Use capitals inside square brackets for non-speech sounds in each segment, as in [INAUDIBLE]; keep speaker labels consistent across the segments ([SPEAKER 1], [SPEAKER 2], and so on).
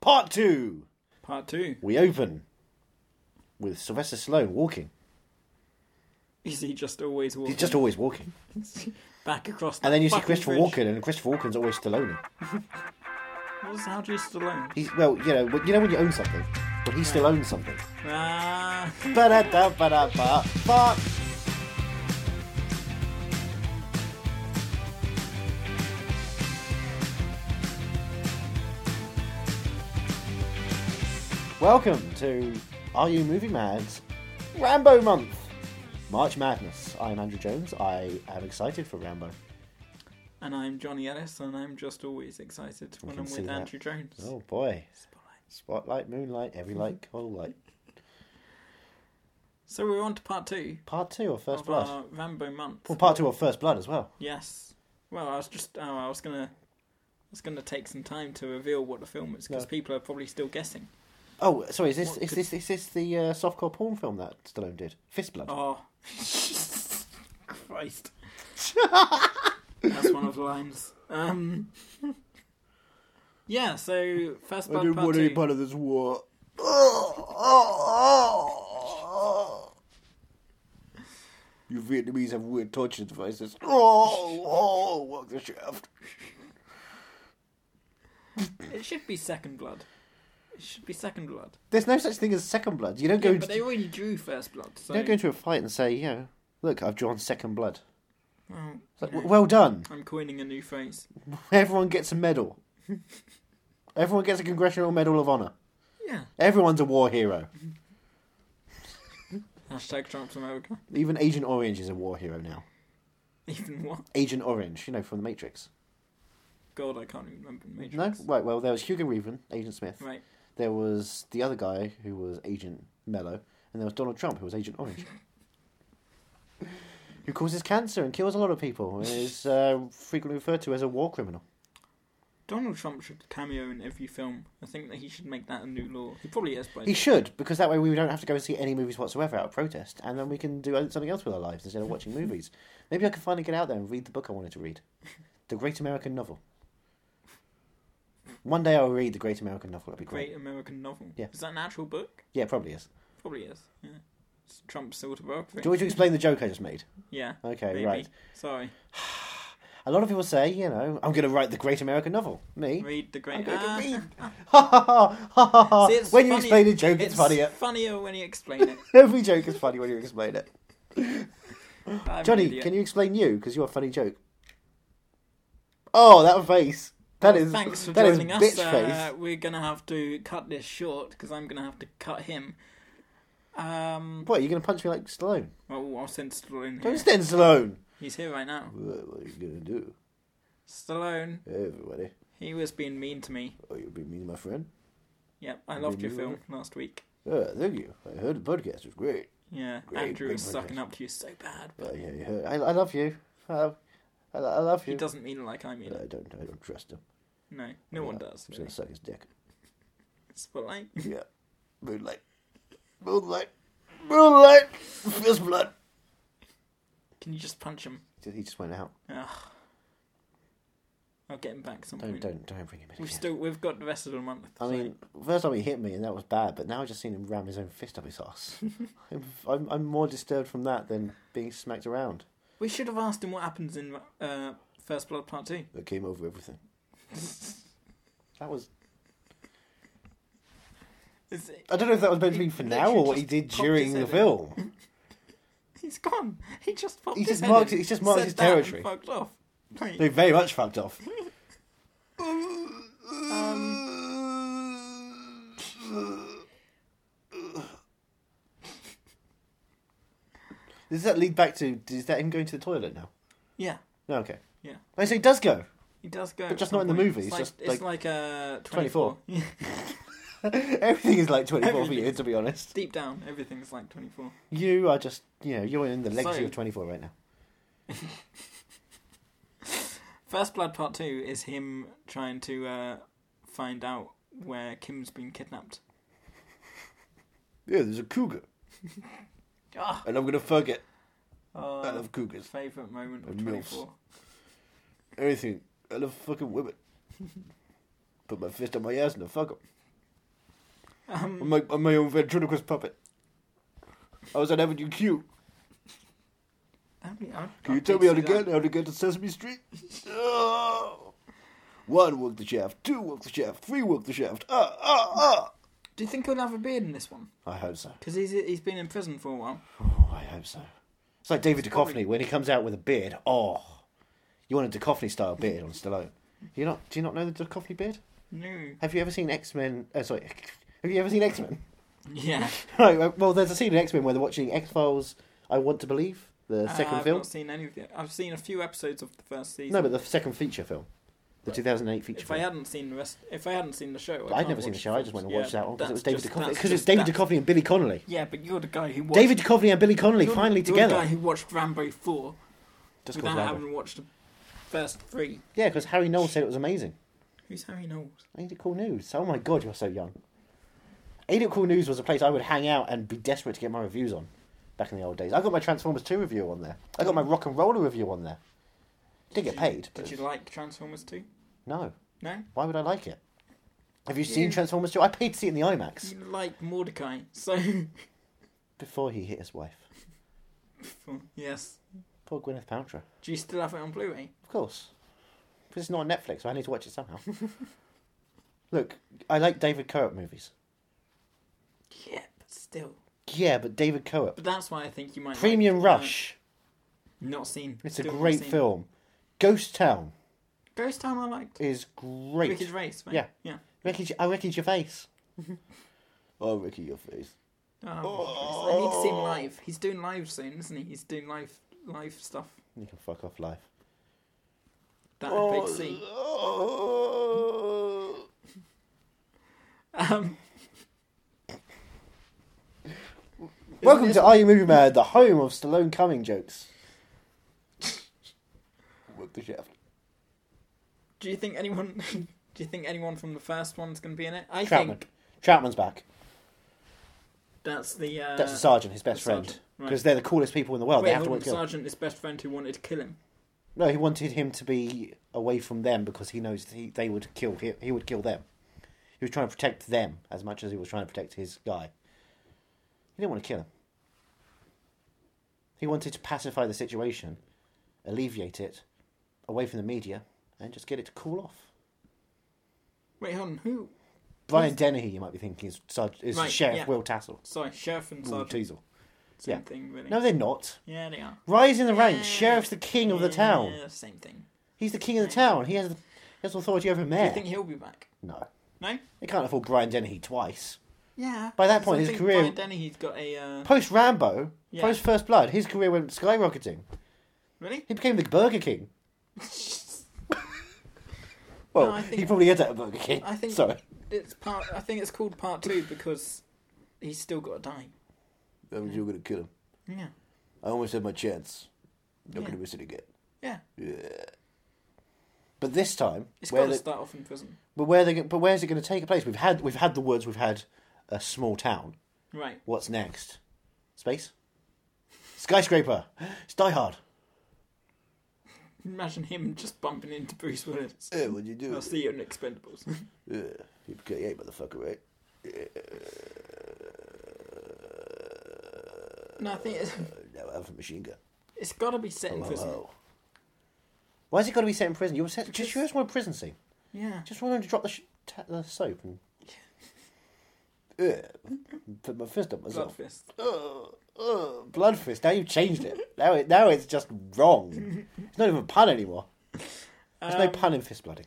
[SPEAKER 1] Part two.
[SPEAKER 2] Part two. [LAUGHS]
[SPEAKER 1] We open with Sylvester Stallone walking.
[SPEAKER 2] Is he just always walking
[SPEAKER 1] He's just always walking,
[SPEAKER 2] [LAUGHS] back across?
[SPEAKER 1] and then you see
[SPEAKER 2] fucking
[SPEAKER 1] Christopher
[SPEAKER 2] bridge?
[SPEAKER 1] Walken, and Christopher Walken's always Stallone.
[SPEAKER 2] What's how do you Stallone?
[SPEAKER 1] He's well, you know, when- you know when you own something, but he still owns something.
[SPEAKER 2] Ah,
[SPEAKER 1] Ba-da-da, ba-da-ba, fuck. Welcome to Are You Movie Mads? Rambo Month, March Madness. I am Andrew Jones. I am excited for Rambo.
[SPEAKER 2] and I'm Johnny Ellis, and I'm just always excited when
[SPEAKER 1] can
[SPEAKER 2] I'm
[SPEAKER 1] see
[SPEAKER 2] with
[SPEAKER 1] that.
[SPEAKER 2] Andrew Jones.
[SPEAKER 1] Oh boy,
[SPEAKER 2] Spotlight.
[SPEAKER 1] spotlight, moonlight, every light, whole light.
[SPEAKER 2] So we're on to part two
[SPEAKER 1] Part two or First
[SPEAKER 2] of
[SPEAKER 1] Blood?
[SPEAKER 2] our Rambo month.
[SPEAKER 1] Well, part two or First Blood as well.
[SPEAKER 2] Yes. Well, I was just oh, I was gonna. I was going to take some time to reveal what the film is because
[SPEAKER 1] No.
[SPEAKER 2] people are probably still guessing.
[SPEAKER 1] Oh, sorry. Is this
[SPEAKER 2] What
[SPEAKER 1] is
[SPEAKER 2] could-
[SPEAKER 1] this is this the uh, softcore porn film that Stallone did? Fist Blood.
[SPEAKER 2] Oh, [LAUGHS]
[SPEAKER 1] [LAUGHS]
[SPEAKER 2] Christ! That's one of the lines. Um, [LAUGHS] yeah. So first part, part two.
[SPEAKER 1] of this war. You Vietnamese have weird torture devices. Oh, oh, walk the shaft.
[SPEAKER 2] It should be Second Blood. It should be Second Blood.
[SPEAKER 1] [LAUGHS] There's no such thing as second blood. You don't
[SPEAKER 2] Yeah,
[SPEAKER 1] go.
[SPEAKER 2] but
[SPEAKER 1] into,
[SPEAKER 2] they
[SPEAKER 1] you
[SPEAKER 2] already drew First Blood. So
[SPEAKER 1] don't go into a fight and say, "Yo, look, I've drawn second blood."
[SPEAKER 2] well, you
[SPEAKER 1] It's like,
[SPEAKER 2] know,
[SPEAKER 1] "W- well done.
[SPEAKER 2] I'm coining a new phrase.
[SPEAKER 1] Everyone gets a medal. Everyone gets a Congressional Medal of Honor.
[SPEAKER 2] Yeah.
[SPEAKER 1] Everyone's a war hero.
[SPEAKER 2] Hashtag Trump's America. [LAUGHS]
[SPEAKER 1] Even Agent Orange is a war hero now.
[SPEAKER 2] Even what?
[SPEAKER 1] Agent Orange, you know, from The Matrix.
[SPEAKER 2] God, I can't even remember.
[SPEAKER 1] No?
[SPEAKER 2] Matrix.
[SPEAKER 1] Right, well, there was Hugo Reven, Agent Smith.
[SPEAKER 2] Right.
[SPEAKER 1] There was the other guy who was Agent Mello. And there was Donald Trump, who was Agent
[SPEAKER 2] [LAUGHS]
[SPEAKER 1] Orange. who causes cancer and kills a lot of people. And is uh, frequently referred to as a war criminal.
[SPEAKER 2] Donald Trump should cameo in every film. I think that he should make that a new law. He probably is by
[SPEAKER 1] He
[SPEAKER 2] now.
[SPEAKER 1] should, because that way we don't have to go and see any movies whatsoever out of protest. And then we can do something else with our lives instead of
[SPEAKER 2] [LAUGHS]
[SPEAKER 1] watching movies. Maybe I can finally get out there and read the book I wanted to read The Great American Novel. One day I'll read The Great American Novel. That'd be great.
[SPEAKER 2] Great American Novel.
[SPEAKER 1] Yeah.
[SPEAKER 2] Is that an actual book?
[SPEAKER 1] Yeah, probably is.
[SPEAKER 2] Probably is. Yeah. It's Trump's autobiography.
[SPEAKER 1] Do you want to explain the joke I just made?
[SPEAKER 2] Yeah.
[SPEAKER 1] Okay,
[SPEAKER 2] maybe.
[SPEAKER 1] right.
[SPEAKER 2] Sorry.
[SPEAKER 1] A lot of people say, you know, I'm going to write the great American novel. Me,
[SPEAKER 2] Read the
[SPEAKER 1] I'm
[SPEAKER 2] Great.
[SPEAKER 1] going to
[SPEAKER 2] Ah. [LAUGHS]
[SPEAKER 1] read. Ha ha ha ha ha ha.
[SPEAKER 2] See, it's
[SPEAKER 1] When you
[SPEAKER 2] funny-
[SPEAKER 1] explain a joke, it's,
[SPEAKER 2] [LAUGHS]
[SPEAKER 1] funnier.
[SPEAKER 2] funnier when you
[SPEAKER 1] [LAUGHS]
[SPEAKER 2] explain it.
[SPEAKER 1] Every joke is funny when you explain it.
[SPEAKER 2] I'm an
[SPEAKER 1] Johnny,
[SPEAKER 2] idiot.
[SPEAKER 1] can you explain you? Because you're a funny joke. Oh, that face. That
[SPEAKER 2] Well,
[SPEAKER 1] is.
[SPEAKER 2] thanks for
[SPEAKER 1] that is
[SPEAKER 2] joining us.
[SPEAKER 1] bitch
[SPEAKER 2] uh,
[SPEAKER 1] face.
[SPEAKER 2] We're gonna have to cut this short because I'm gonna have to cut him. Um,
[SPEAKER 1] What, are you going to punch me like Stallone?
[SPEAKER 2] well, I'll send Stallone.
[SPEAKER 1] Don't
[SPEAKER 2] Here.
[SPEAKER 1] stand Stallone.
[SPEAKER 2] He's here right now.
[SPEAKER 1] What, what are you going to do?
[SPEAKER 2] Stallone,
[SPEAKER 1] Everybody.
[SPEAKER 2] he was being mean to me.
[SPEAKER 1] Oh, you'll be mean to my friend?
[SPEAKER 2] Yep, I
[SPEAKER 1] Did
[SPEAKER 2] loved your
[SPEAKER 1] you
[SPEAKER 2] film last week.
[SPEAKER 1] Oh, thank you. I heard the podcast was great.
[SPEAKER 2] Yeah,
[SPEAKER 1] Great,
[SPEAKER 2] Andrew
[SPEAKER 1] big
[SPEAKER 2] was sucking
[SPEAKER 1] podcast.
[SPEAKER 2] up to you so bad, but
[SPEAKER 1] Oh, yeah, you heard. I, I love you. I love, I, lo- I love you.
[SPEAKER 2] he doesn't mean it like I mean
[SPEAKER 1] I
[SPEAKER 2] it.
[SPEAKER 1] don't. I don't trust him.
[SPEAKER 2] No, no one
[SPEAKER 1] Yeah,
[SPEAKER 2] does.
[SPEAKER 1] I'm just
[SPEAKER 2] Really.
[SPEAKER 1] gonna suck his dick.
[SPEAKER 2] Spotlight. [LAUGHS]
[SPEAKER 1] yeah. Moonlight. Moonlight. Moonlight. Fist blood.
[SPEAKER 2] Can you just punch him?
[SPEAKER 1] He just went out.
[SPEAKER 2] Ugh. I'll get him back some
[SPEAKER 1] Don't
[SPEAKER 2] point.
[SPEAKER 1] don't don't bring him in.
[SPEAKER 2] We've
[SPEAKER 1] again.
[SPEAKER 2] still we've got the rest of the month.
[SPEAKER 1] I
[SPEAKER 2] so-
[SPEAKER 1] mean, first time he hit me and that was bad, but now I've just seen him ram his own fist up his
[SPEAKER 2] [LAUGHS]
[SPEAKER 1] ass. I'm, I'm I'm more disturbed from that than being smacked around.
[SPEAKER 2] we should have asked him what happens in uh, First Blood Part Two.
[SPEAKER 1] That came over
[SPEAKER 2] [LAUGHS]
[SPEAKER 1] everything. That was.
[SPEAKER 2] Is it-
[SPEAKER 1] I don't know if that was meant to be for
[SPEAKER 2] He
[SPEAKER 1] now or what
[SPEAKER 2] literally
[SPEAKER 1] he did
[SPEAKER 2] just popped his
[SPEAKER 1] during the
[SPEAKER 2] head in.
[SPEAKER 1] film.
[SPEAKER 2] He's gone. He just popped
[SPEAKER 1] He's
[SPEAKER 2] his
[SPEAKER 1] just
[SPEAKER 2] head
[SPEAKER 1] marked-
[SPEAKER 2] in,
[SPEAKER 1] he's just marked
[SPEAKER 2] said
[SPEAKER 1] his
[SPEAKER 2] that and
[SPEAKER 1] territory.
[SPEAKER 2] fucked off. Like,
[SPEAKER 1] They very much fucked off.
[SPEAKER 2] Um.
[SPEAKER 1] Does that lead back to? Is that him going to the toilet now?
[SPEAKER 2] yeah,
[SPEAKER 1] No, okay.
[SPEAKER 2] Yeah.
[SPEAKER 1] Oh, so he does go. [LAUGHS]
[SPEAKER 2] he does go.
[SPEAKER 1] But
[SPEAKER 2] at
[SPEAKER 1] just
[SPEAKER 2] some
[SPEAKER 1] not in the
[SPEAKER 2] point.
[SPEAKER 1] movie,
[SPEAKER 2] It's
[SPEAKER 1] it's just,
[SPEAKER 2] like, it's like, uh,
[SPEAKER 1] 24.
[SPEAKER 2] [LAUGHS] 24.
[SPEAKER 1] Everything is like twenty-four for you,
[SPEAKER 2] Everything.
[SPEAKER 1] to be honest.
[SPEAKER 2] Deep down, everything's like 24.
[SPEAKER 1] You are just, you know, you're in the legacy
[SPEAKER 2] So-
[SPEAKER 1] of twenty-four right now.
[SPEAKER 2] First Blood Part 2 is him trying to uh, find out where Kim's been kidnapped.
[SPEAKER 1] Yeah, there's a cougar,
[SPEAKER 2] Ah,
[SPEAKER 1] and I'm gonna fuck it.
[SPEAKER 2] uh,
[SPEAKER 1] cougars.
[SPEAKER 2] favourite moment of
[SPEAKER 1] And milfs.
[SPEAKER 2] 24. [LAUGHS]
[SPEAKER 1] Everything. I love fucking women. Put my fist on my ass and I fuck them.
[SPEAKER 2] Um,
[SPEAKER 1] I'm, my, I'm my own ventriloquist puppet. I was on Avenue Q.
[SPEAKER 2] How many- I
[SPEAKER 1] Can you
[SPEAKER 2] can't
[SPEAKER 1] tell me how to
[SPEAKER 2] see
[SPEAKER 1] get
[SPEAKER 2] that.
[SPEAKER 1] how to get to Sesame Street? [LAUGHS] Oh. One walk the shaft, two walk the shaft, three walk the shaft. Ah ah ah!
[SPEAKER 2] Do you think he'll have a beard in this one?
[SPEAKER 1] I hope so.
[SPEAKER 2] Because he's he's been in prison for a while.
[SPEAKER 1] Oh, I hope so. It's like David Duchovny when he comes out with a beard. Oh, you want a Duchovny style beard on Stallone? You not? Do you not know the Duchovny beard?
[SPEAKER 2] No.
[SPEAKER 1] Have you ever seen X Men? Uh, sorry, [LAUGHS] have you ever seen X Men?
[SPEAKER 2] Yeah.
[SPEAKER 1] [LAUGHS] Right. uh, Well, there's a scene in X Men where they're watching X Files. I want to believe the
[SPEAKER 2] Uh,
[SPEAKER 1] second
[SPEAKER 2] I've
[SPEAKER 1] film.
[SPEAKER 2] not seen any of it. I've seen a few episodes of the first season.
[SPEAKER 1] No, but the second feature film, the 2008 feature.
[SPEAKER 2] if I
[SPEAKER 1] film.
[SPEAKER 2] hadn't seen the rest, if I hadn't seen the show,
[SPEAKER 1] I'd never seen the show. I just went and watched that one because it was David Duchovny. Because it's
[SPEAKER 2] it's
[SPEAKER 1] David Duchovny and Billy Connolly.
[SPEAKER 2] Yeah, but you're the guy who watched
[SPEAKER 1] David Duchovny and Billy Connolly
[SPEAKER 2] you're-
[SPEAKER 1] finally
[SPEAKER 2] you're
[SPEAKER 1] together.
[SPEAKER 2] The guy who watched Rambo four
[SPEAKER 1] Just
[SPEAKER 2] without
[SPEAKER 1] called Rambo.
[SPEAKER 2] having watched the first three.
[SPEAKER 1] Yeah, because Harry Knowles said it was amazing.
[SPEAKER 2] Who's Harry Knowles?
[SPEAKER 1] Ain't it cool news? Oh my god, you're so young. Ain't it cool news was a place I would hang out and be desperate to get my reviews on back in the old days. I got my Transformers 2 review on there. I got my Rock and Roller review on there. Didn't get
[SPEAKER 2] you-
[SPEAKER 1] paid.
[SPEAKER 2] Did
[SPEAKER 1] but-
[SPEAKER 2] you like Transformers two?
[SPEAKER 1] No.
[SPEAKER 2] No.
[SPEAKER 1] Why would I like it? Have you seen
[SPEAKER 2] You-
[SPEAKER 1] Transformers 2? I paid to see it in the IMAX
[SPEAKER 2] You like Mordecai, so [LAUGHS]
[SPEAKER 1] before he hit his wife.
[SPEAKER 2] yes.
[SPEAKER 1] Poor Gwyneth Paltrow.
[SPEAKER 2] Do you still have it on Blu-ray?
[SPEAKER 1] Of course. Because it's not on Netflix, so I need to watch it somehow. [LAUGHS] Look, I like David Coep movies.
[SPEAKER 2] Yeah, but still.
[SPEAKER 1] Yeah, but David Coep.
[SPEAKER 2] But that's why I think you might.
[SPEAKER 1] Premium
[SPEAKER 2] like,
[SPEAKER 1] Rush.
[SPEAKER 2] Uh, not seen.
[SPEAKER 1] It's a
[SPEAKER 2] Still not
[SPEAKER 1] great
[SPEAKER 2] seen.
[SPEAKER 1] film. Ghost Town
[SPEAKER 2] Ghost Town I liked.
[SPEAKER 1] is great.
[SPEAKER 2] Wicked Race. Right?
[SPEAKER 1] Yeah.
[SPEAKER 2] Yeah.
[SPEAKER 1] Ricky, I Ricky's your face. [LAUGHS] oh, Ricky, your face.
[SPEAKER 2] Oh, Wicked Race. I need to see him live. He's doing live soon, isn't he? He's doing live live stuff.
[SPEAKER 1] You can fuck off life.
[SPEAKER 2] That would
[SPEAKER 1] Oh,
[SPEAKER 2] big C. [LAUGHS] Um,
[SPEAKER 1] [LAUGHS] Welcome to Are You Movie Mad, the home of Stallone Cumming
[SPEAKER 2] [LAUGHS]
[SPEAKER 1] jokes. Work the shaft.
[SPEAKER 2] do you think anyone? [LAUGHS] do you think anyone from the first one's going to be in it? I
[SPEAKER 1] Troutman.
[SPEAKER 2] think
[SPEAKER 1] Troutman's back.
[SPEAKER 2] that's the. Uh,
[SPEAKER 1] That's the sergeant, his best
[SPEAKER 2] the
[SPEAKER 1] friend.
[SPEAKER 2] sergeant, right.
[SPEAKER 1] Because they're the coolest people in the world.
[SPEAKER 2] Wait,
[SPEAKER 1] they have
[SPEAKER 2] hold
[SPEAKER 1] to
[SPEAKER 2] on,
[SPEAKER 1] work. together.
[SPEAKER 2] Sergeant, his best friend who wanted to kill him.
[SPEAKER 1] No, he wanted him to be away from them because he knows that he, they would kill he, he would kill them. He was trying to protect them as much as he was trying to protect his guy. He didn't want to kill him. He wanted to pacify the situation, alleviate it, away from the media, and just get it to cool off.
[SPEAKER 2] Wait, hold on. Who?
[SPEAKER 1] Brian Dennehy, you might be thinking, is, Sarge- is
[SPEAKER 2] Right,
[SPEAKER 1] Sheriff
[SPEAKER 2] yeah.
[SPEAKER 1] Will Tassel.
[SPEAKER 2] Sorry, Sheriff and
[SPEAKER 1] Will
[SPEAKER 2] Sergeant.
[SPEAKER 1] Teasel.
[SPEAKER 2] Same
[SPEAKER 1] yeah.
[SPEAKER 2] thing, really.
[SPEAKER 1] No, they're not.
[SPEAKER 2] Yeah, they are.
[SPEAKER 1] Rise in the ranks.
[SPEAKER 2] Yeah.
[SPEAKER 1] Sheriff's the king of the town.
[SPEAKER 2] Yeah, same thing.
[SPEAKER 1] He's the king of the town. He has, he has authority over him
[SPEAKER 2] Do
[SPEAKER 1] there.
[SPEAKER 2] you think he'll be back?
[SPEAKER 1] No.
[SPEAKER 2] No.
[SPEAKER 1] They can't afford Brian Dennehy twice.
[SPEAKER 2] Yeah.
[SPEAKER 1] By that point,
[SPEAKER 2] I
[SPEAKER 1] his
[SPEAKER 2] think
[SPEAKER 1] career-
[SPEAKER 2] Brian Dennehy's got a. Uh...
[SPEAKER 1] Post Rambo,
[SPEAKER 2] Yeah.
[SPEAKER 1] post First Blood, his career went skyrocketing.
[SPEAKER 2] Really?
[SPEAKER 1] He became the Burger King.
[SPEAKER 2] [LAUGHS]
[SPEAKER 1] Well,
[SPEAKER 2] No, I think-
[SPEAKER 1] he probably is at a Burger King.
[SPEAKER 2] I think-
[SPEAKER 1] Sorry.
[SPEAKER 2] It's part. I think it's called part two because he's still got to die.
[SPEAKER 1] That means you were going to kill him.
[SPEAKER 2] Yeah.
[SPEAKER 1] I almost had my chance. Not
[SPEAKER 2] Yeah.
[SPEAKER 1] going to miss it again.
[SPEAKER 2] Yeah.
[SPEAKER 1] But this time,
[SPEAKER 2] It's
[SPEAKER 1] where
[SPEAKER 2] got to
[SPEAKER 1] the,
[SPEAKER 2] start off in prison.
[SPEAKER 1] but where they, but where's it going to take place? We've had we've had the woods. We've had a small town.
[SPEAKER 2] Right.
[SPEAKER 1] What's next? Space. Skyscraper. It's Die Hard.
[SPEAKER 2] Imagine him just bumping into
[SPEAKER 1] [LAUGHS]
[SPEAKER 2] Bruce Willis.
[SPEAKER 1] Yeah, what'd you do?
[SPEAKER 2] I'll see you in Expendables. [LAUGHS]
[SPEAKER 1] Yeah, you became eight motherfucker, right?
[SPEAKER 2] no, I think it's,
[SPEAKER 1] Uh, Now I have a machine gun. Oh,
[SPEAKER 2] it's got to be set in
[SPEAKER 1] Hello,
[SPEAKER 2] prison.
[SPEAKER 1] hello. Why's it got to be set in prison? You were set, just you just want a prison scene.
[SPEAKER 2] Yeah.
[SPEAKER 1] Just want him to drop the, sh- ta- the soap
[SPEAKER 2] [LAUGHS]
[SPEAKER 1] and Ugh. put my fist up
[SPEAKER 2] Blood
[SPEAKER 1] myself.
[SPEAKER 2] fist.
[SPEAKER 1] Ugh,
[SPEAKER 2] uh,
[SPEAKER 1] ugh, blood fist. Now you've changed it. now it now it's just wrong. It's not even a pun anymore. There's no
[SPEAKER 2] Um,
[SPEAKER 1] pun in fist blooding.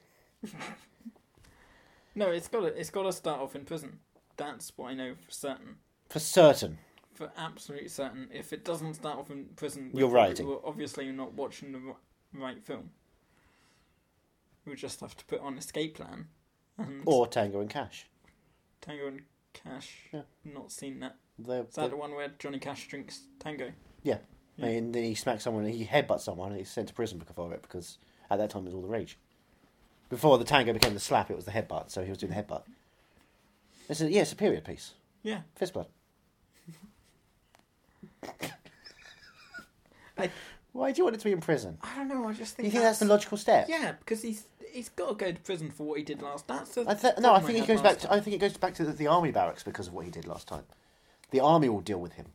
[SPEAKER 2] No, it's got to. It's got to start off in prison. That's what I know for certain.
[SPEAKER 1] For certain,
[SPEAKER 2] For absolute certain. If it doesn't start off in prison, we're
[SPEAKER 1] You're right.
[SPEAKER 2] probably- We're obviously not watching the ri- right film. We'll just have to put on escape plan. And
[SPEAKER 1] or Tango and Cash.
[SPEAKER 2] Tango and Cash.
[SPEAKER 1] Yeah.
[SPEAKER 2] Not seen that.
[SPEAKER 1] They're,
[SPEAKER 2] Is that
[SPEAKER 1] they're-
[SPEAKER 2] the one where Johnny Cash drinks Tango?
[SPEAKER 1] yeah.
[SPEAKER 2] Yeah.
[SPEAKER 1] And then he smacks someone, he headbutts someone, and he's sent to prison because of it. Because at that time it was all the rage. Before the tango became the slap, it was the headbutt. So he was doing the headbutt. It's a, yeah, it's a period piece.
[SPEAKER 2] Yeah.
[SPEAKER 1] Fist
[SPEAKER 2] [LAUGHS]
[SPEAKER 1] blood.
[SPEAKER 2] I-
[SPEAKER 1] Why do you want it to be in prison?
[SPEAKER 2] I don't know. I just
[SPEAKER 1] Do
[SPEAKER 2] think.
[SPEAKER 1] you think that's the logical step?
[SPEAKER 2] Yeah, because he's he's got to go to prison for what he did last. That's the
[SPEAKER 1] I th-
[SPEAKER 2] problem
[SPEAKER 1] no, I think
[SPEAKER 2] had
[SPEAKER 1] it goes
[SPEAKER 2] last
[SPEAKER 1] back. To, I think it goes back to the, the army barracks because of what he did last time. The army will deal with him.